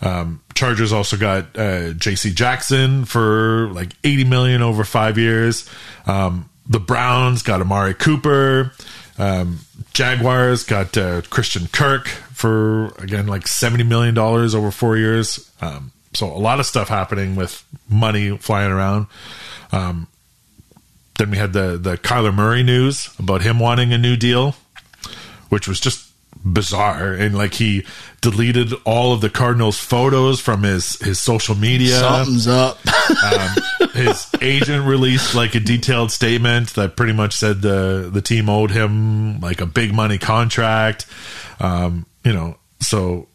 Speaker 1: um, Chargers also got uh, J.C. Jackson for like eighty million over five years. Um, the Browns got Amari Cooper. Um, Jaguars got uh, Christian Kirk for again like seventy million dollars over four years. Um, so a lot of stuff happening with money flying around. Then we had the the Kyler Murray news about him wanting a new deal, which was just bizarre. And like he deleted all of the Cardinals photos from his his social media.
Speaker 2: something's up.
Speaker 1: Um, his agent released like a detailed statement that pretty much said the the team owed him like a big money contract. Um, you know, so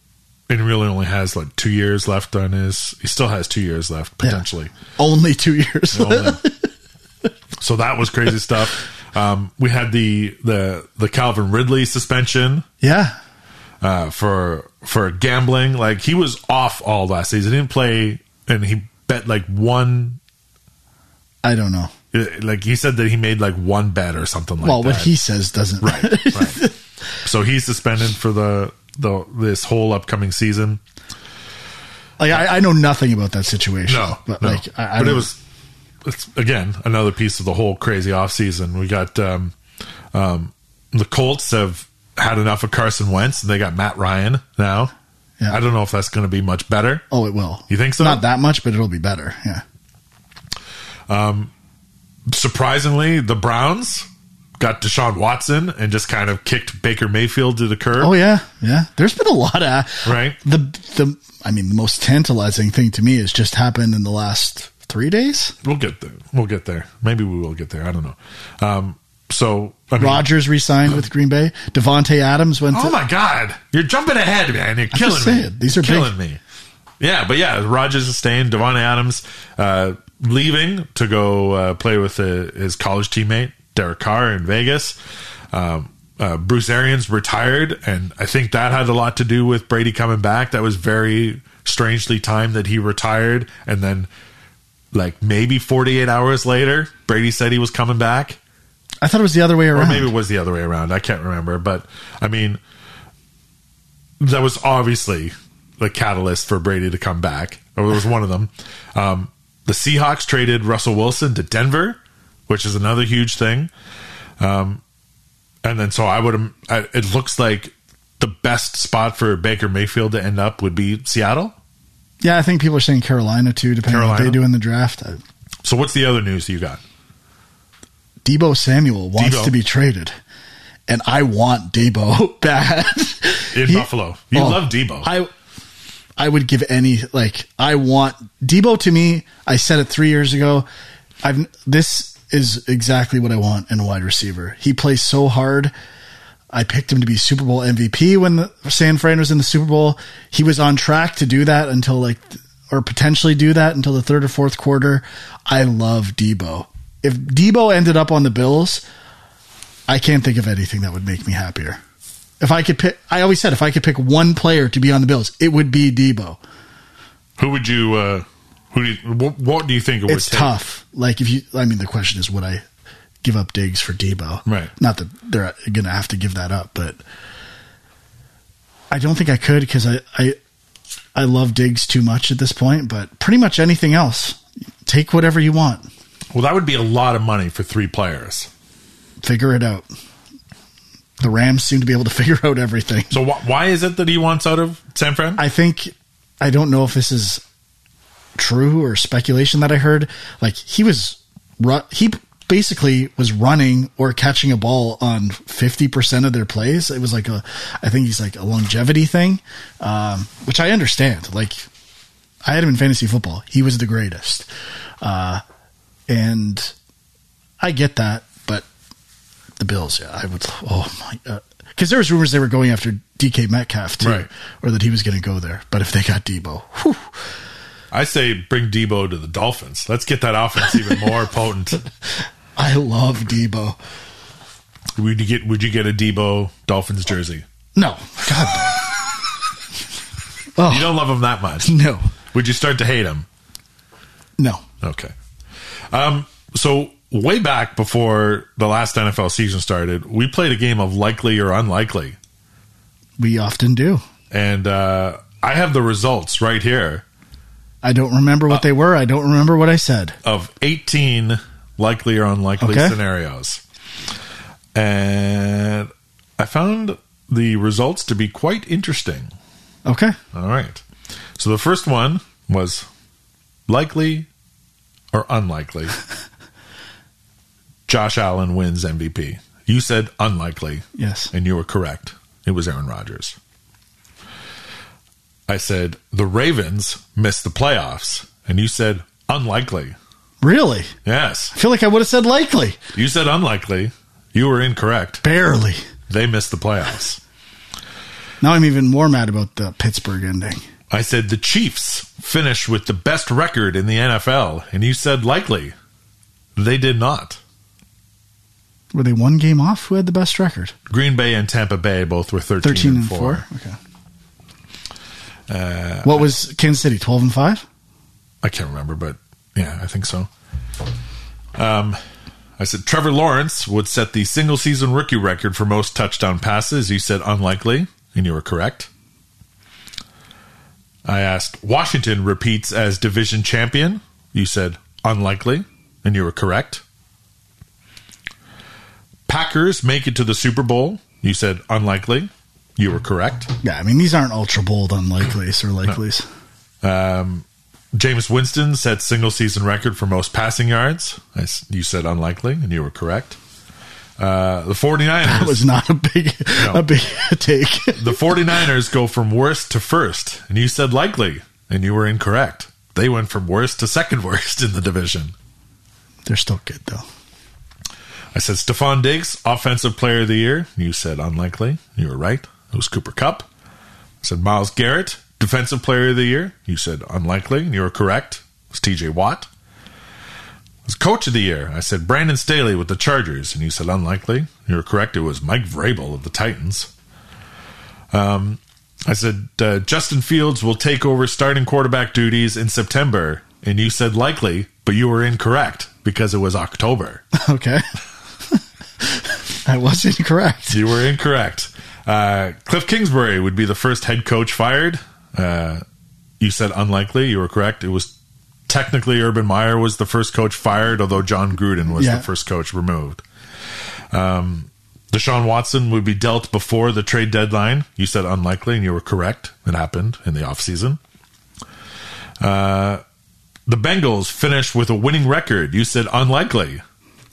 Speaker 1: and he really only has like two years left on his. He still has two years left potentially.
Speaker 2: Only two years.
Speaker 1: so that was crazy stuff. Um, we had the the the Calvin Ridley suspension
Speaker 2: yeah,
Speaker 1: uh, for for gambling. Like he was off all last season. He didn't play, and he bet like one.
Speaker 2: I don't know.
Speaker 1: uh, Like he said that he made like one bet or something like
Speaker 2: well,
Speaker 1: that.
Speaker 2: what he says doesn't.
Speaker 1: right, right. So he's suspended for the the this whole upcoming season.
Speaker 2: like I, I know nothing about that situation.
Speaker 1: No,
Speaker 2: but
Speaker 1: no.
Speaker 2: like I, I
Speaker 1: but it
Speaker 2: don't-
Speaker 1: was it's, again another piece of the whole crazy offseason. We got um, um, the Colts have had enough of Carson Wentz, and they got Matt Ryan now.
Speaker 2: Yeah.
Speaker 1: I don't know if that's going to be much better.
Speaker 2: Oh, it will.
Speaker 1: You think so?
Speaker 2: Not that much, but it'll be better. Yeah.
Speaker 1: Surprisingly, the Browns got Deshaun Watson and just kind of kicked Baker Mayfield to the curb.
Speaker 2: Oh yeah, yeah. There's been a lot of
Speaker 1: Right.
Speaker 2: The the I mean, the most tantalizing thing to me has just happened in the last three days.
Speaker 1: We'll get there. We'll get there. Maybe we will get there. I don't know. Um, so I mean,
Speaker 2: Rodgers resigned with Green Bay. Devonte Adams went.
Speaker 1: Oh
Speaker 2: to,
Speaker 1: my God, you're jumping ahead, man. You're killing
Speaker 2: just
Speaker 1: me.
Speaker 2: saying, these are
Speaker 1: killing me. Yeah, but yeah, Rogers is staying. Devon Adams uh, leaving to go uh, play with uh, his college teammate Derek Carr in Vegas. Um, uh, Bruce Arians retired, and I think that had a lot to do with Brady coming back. That was very strangely timed that he retired, and then like maybe 48 hours later, Brady said he was coming back
Speaker 2: I thought it was the other way
Speaker 1: or
Speaker 2: around.
Speaker 1: maybe it was the other way around. I can't remember, but I mean, that was obviously the catalyst for Brady to come back. Or there was one of them. Um, the Seahawks traded Russell Wilson to Denver, which is another huge thing. Um, and then so I would. I, it looks like the best spot for Baker Mayfield to end up would be Seattle.
Speaker 2: yeah, I think people are saying Carolina too, depending on what
Speaker 1: Carolina.
Speaker 2: they do in the draft. Uh,
Speaker 1: So what's the other news you got?
Speaker 2: Debo Samuel wants
Speaker 1: Debo.
Speaker 2: to be traded, and I want Debo bad
Speaker 1: In
Speaker 2: He-
Speaker 1: Buffalo, you
Speaker 2: Oh,
Speaker 1: love Debo.
Speaker 2: I I would give any like I want Debo to me. I said it three years ago. I've this is exactly what I want in a wide receiver. He plays so hard. I picked him to be Super Bowl MVP when the, San Fran was in the Super Bowl. He was on track to do that until like, or potentially do that until the third or fourth quarter. I love Debo. If Debo ended up on the Bills, I can't think of anything that would make me happier. If I could pick, I always said if I could pick one player to be on the Bills, it would be Debo.
Speaker 1: who would you? Uh, who do you, what, what do you think it would
Speaker 2: it's
Speaker 1: take?
Speaker 2: tough. Like if you, I mean, the question is, would I give up digs for Debo?
Speaker 1: Right.
Speaker 2: Not that they're going to have to give that up, but I don't think I could because I, I, I love digs too much at this point. But pretty much anything else, take whatever you want,
Speaker 1: Well, that would be a lot of money for three players.
Speaker 2: figure it out. The Rams seem to be able to figure out everything.
Speaker 1: So wh- why is it that he wants out of San Fran?
Speaker 2: I think I don't know if this is true or speculation that I heard. Like he was ru- he basically was running or catching a ball on 50% of their plays. It was like a, I think he's like a longevity thing, um, which I understand. Like, I had him in fantasy football. He was the greatest. Uh, and I get that, but the Bills, yeah, I would, oh my God. Because there was rumors they were going after DK Metcalf too,
Speaker 1: Right.
Speaker 2: or that he was going to go there. But if they got Debo, whew,
Speaker 1: I say bring Debo to the Dolphins. Let's get that offense even more potent.
Speaker 2: I love Debo.
Speaker 1: Would you get Would you get a Debo Dolphins jersey?
Speaker 2: No, God,
Speaker 1: You don't love him that much.
Speaker 2: no,
Speaker 1: Would you start to hate him?
Speaker 2: no.
Speaker 1: Okay. Um, so way back before the last NFL season started, we played a game of likely or unlikely,
Speaker 2: We often do.
Speaker 1: and uh, I have the results right here
Speaker 2: I don't remember what they were. I don't remember what I said.
Speaker 1: of eighteen likely or unlikely
Speaker 2: Okay.
Speaker 1: scenarios, and I found the results to be quite interesting.
Speaker 2: Okay.
Speaker 1: All right. So the first one was likely or unlikely. Josh Allen wins MVP. You said unlikely,
Speaker 2: Yes.
Speaker 1: and you were correct. It was Aaron Rodgers. I said the Ravens miss the playoffs, and you said unlikely.
Speaker 2: Really?
Speaker 1: Yes,
Speaker 2: I feel like I would have said likely.
Speaker 1: you said unlikely. You were incorrect.
Speaker 2: Barely.
Speaker 1: They missed the playoffs.
Speaker 2: Now I'm even more mad about the Pittsburgh ending.
Speaker 1: I said the Chiefs finish with the best record in the NFL, and you said likely. They did not.
Speaker 2: Were they one game off? Who had the best record?
Speaker 1: Green Bay and Tampa Bay both were 13,
Speaker 2: 13
Speaker 1: and 4.
Speaker 2: Okay. what was Kansas City? 12 and 5?
Speaker 1: I can't remember, but yeah, I think so. Um, I said Trevor Lawrence would set the single season rookie record for most touchdown passes. You said unlikely, and you were correct. I asked Washington repeats as division champion. You said unlikely, and you were correct. Packers make it to the Super Bowl. You said unlikely. You were correct.
Speaker 2: Yeah, I mean, these aren't ultra bold unlikelies or likelies.
Speaker 1: Um, James Winston set single season record for most passing yards. I s you said unlikely, and you were correct. Uh, the 49ers,
Speaker 2: That was not a big
Speaker 1: No.
Speaker 2: a big take.
Speaker 1: the 49ers go from worst to first, and you said likely, and you were incorrect. They went from worst to second worst in the division.
Speaker 2: They're still good, though.
Speaker 1: I said Stephon Diggs, offensive player of the year. You said unlikely. You were right. It was Cooper Cup. I said Miles Garrett, defensive player of the year. You said unlikely, and you were correct. It was TJ Watt. It was coach of the year. I said Brandon Staley with the Chargers, and you said unlikely. You were correct. It was Mike Vrabel of the Titans. Um, I said uh, Justin Fields will take over starting quarterback duties in September, and you said likely, but you were incorrect because it was October.
Speaker 2: Okay. I was incorrect.
Speaker 1: You were incorrect. Uh, Cliff Kingsbury would be the first head coach fired. Uh, you said unlikely. You were correct. It was technically Urban Meyer was the first coach fired, although John Gruden was
Speaker 2: Yeah.
Speaker 1: the first coach removed. Um, Deshaun Watson would be dealt before the trade deadline. You said unlikely, and you were correct. It happened in the offseason. Uh, the Bengals finished with a winning record. You said unlikely.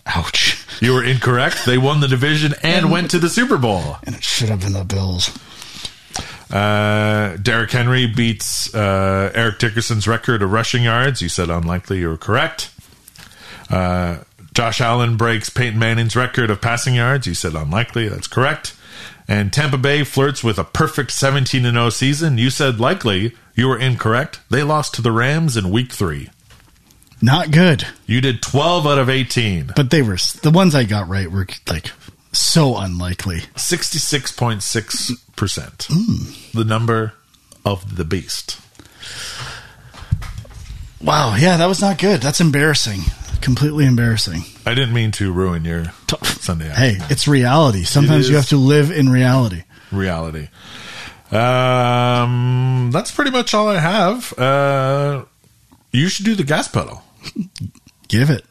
Speaker 2: Ouch.
Speaker 1: You were incorrect. They won the division and went to the Super Bowl.
Speaker 2: And it should have been the Bills.
Speaker 1: Uh, Derrick Henry beats uh, Eric Dickerson's record of rushing yards. You said unlikely. You were correct. Uh, Josh Allen breaks Peyton Manning's record of passing yards. You said unlikely. That's correct. And Tampa Bay flirts with a perfect 17 0 season. You said likely. You were incorrect. They lost to the Rams in week three.
Speaker 2: Not good.
Speaker 1: You did 12 out of 18,
Speaker 2: But they were the ones I got right were like so unlikely.
Speaker 1: 66.6%. The number of the beast.
Speaker 2: Wow, yeah, that was not good. That's embarrassing. Completely embarrassing.
Speaker 1: I didn't mean to ruin your Sunday
Speaker 2: Hey,
Speaker 1: afternoon
Speaker 2: it's reality. Sometimes you
Speaker 1: is.
Speaker 2: have to live in reality.
Speaker 1: reality. Um, that's pretty much all I have. Uh, you should do the gas pedal.
Speaker 2: Give it,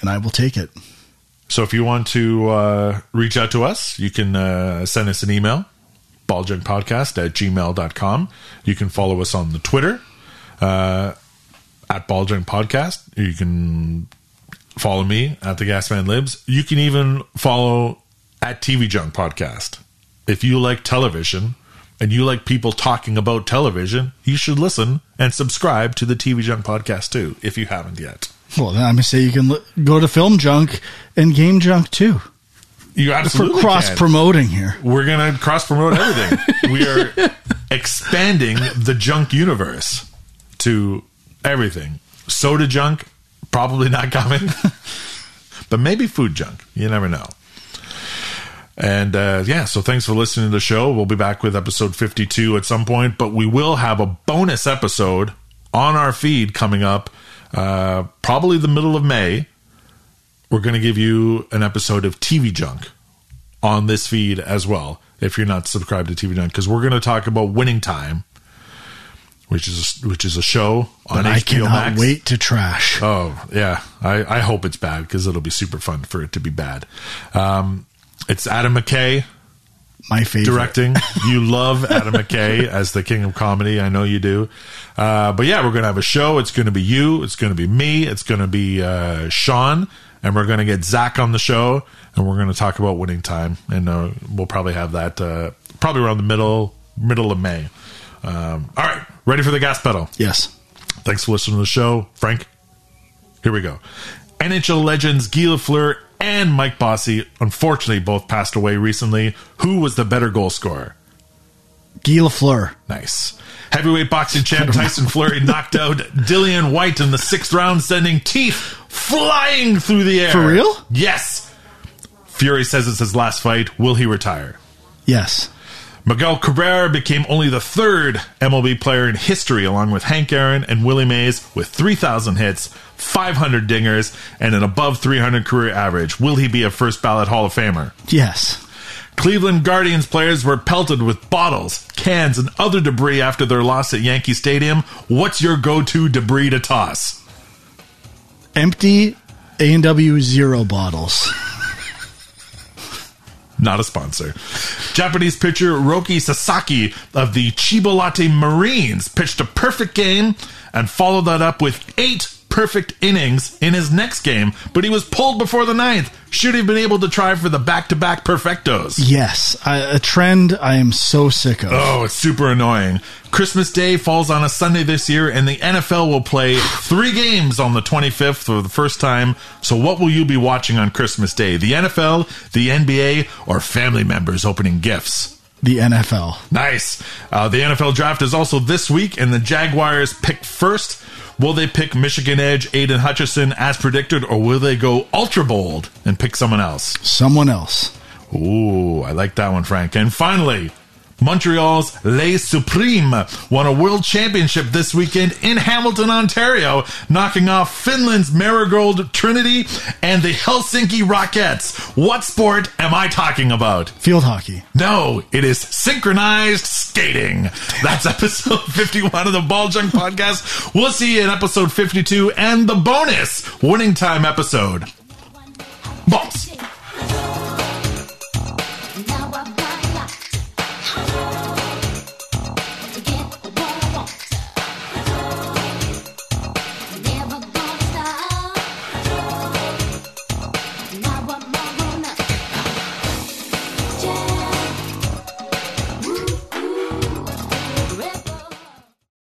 Speaker 2: and I will take it.
Speaker 1: So if you want to uh, reach out to us, you can uh, send us an email, balljunkpodcast at gmail.com. You can follow us on the Twitter uh, at balljunkpodcast. You can Follow me at the Gasman Libs. You can even follow at TV Junk Podcast. If you like television and you like people talking about television, you should listen and subscribe to the TV Junk Podcast too, if you haven't yet.
Speaker 2: Well, then I'm gonna say you can li- go to Film Junk and Game Junk too
Speaker 1: You absolutely
Speaker 2: for cross
Speaker 1: can.
Speaker 2: promoting here.
Speaker 1: We're gonna cross promote everything. we are expanding the junk universe to everything. Soda junk, probably not coming, but maybe food junk. You never know. And uh, yeah, so thanks for listening to the show. We'll be back with episode 52 at some point, but we will have a bonus episode on our feed coming up uh, probably the middle of May. We're going to give you an episode of TV Junk on this feed as well if you're not subscribed to TV Junk because we're going to talk about Winning Time, which is which is a show on
Speaker 2: But
Speaker 1: HBO
Speaker 2: I cannot
Speaker 1: Max.
Speaker 2: wait to trash.
Speaker 1: Oh yeah, I, I hope it's bad because it'll be super fun for it to be bad. Um, it's Adam McKay
Speaker 2: My favorite.
Speaker 1: directing. you love Adam McKay as the king of comedy. I know you do. Uh, but yeah, we're going to have a show. It's going to be you. It's going to be me. It's going to be uh, Sean. And we're going to get Zach on the show. And we're going to talk about winning time. And uh, we'll probably have that uh, probably around the middle middle of May. Um, all right. Ready for the gas pedal.
Speaker 2: Yes.
Speaker 1: Thanks for listening to the show. Frank, here we go. NHL legends Guy Lafleur and Mike Bossy, unfortunately, both passed away recently. Who was the better goal scorer?
Speaker 2: Guy Lafleur.
Speaker 1: Nice. Heavyweight boxing champ Tyson Fleury knocked out Dillian White in the sixth round, sending teeth flying through the air.
Speaker 2: For real?
Speaker 1: Yes. Fury says it's his last fight. Will he retire?
Speaker 2: Yes.
Speaker 1: Miguel Cabrera became only the third MLB player in history, along with Hank Aaron and Willie Mays, with 3,000 hits, 500 dingers, and an above 300 career average. Will he be a first ballot Hall of Famer?
Speaker 2: Yes.
Speaker 1: Cleveland Guardians players were pelted with bottles, cans, and other debris after their loss at Yankee Stadium. What's your go to debris to toss?
Speaker 2: Empty A and W zero bottles.
Speaker 1: Not a sponsor. Japanese pitcher Roki Sasaki of the Chibolate Marines pitched a perfect game and followed that up with eight perfect innings in his next game, but he was pulled before the ninth. Should have been able to try for the back to back perfectos.
Speaker 2: Yes. I, a trend I am so sick of.
Speaker 1: Oh, it's super annoying. Christmas Day falls on a Sunday this year, and the NFL will play three games on the 25th for the first time. So, what will you be watching on Christmas Day? The NFL, the NBA, or family members opening gifts?
Speaker 2: The NFL.
Speaker 1: Nice. Uh, the NFL draft is also this week, and the Jaguars pick first. Will they pick Michigan Edge Aiden Hutchinson as predicted, or will they go ultra bold and pick someone else?
Speaker 2: Someone else.
Speaker 1: Ooh, I like that one, Frank. And finally, Montreal's Les Suprêmes won a world championship this weekend in Hamilton, Ontario, knocking off Finland's Marigold Trinity and the Helsinki Rockets. What sport am I talking about?
Speaker 2: Field hockey.
Speaker 1: No, it is synchronized skating. That's episode 51 of the Ball Junk Podcast. We'll see you in episode 52 and the bonus winning time episode. Balls.
Speaker 3: Never gonna stop. Now I'm on.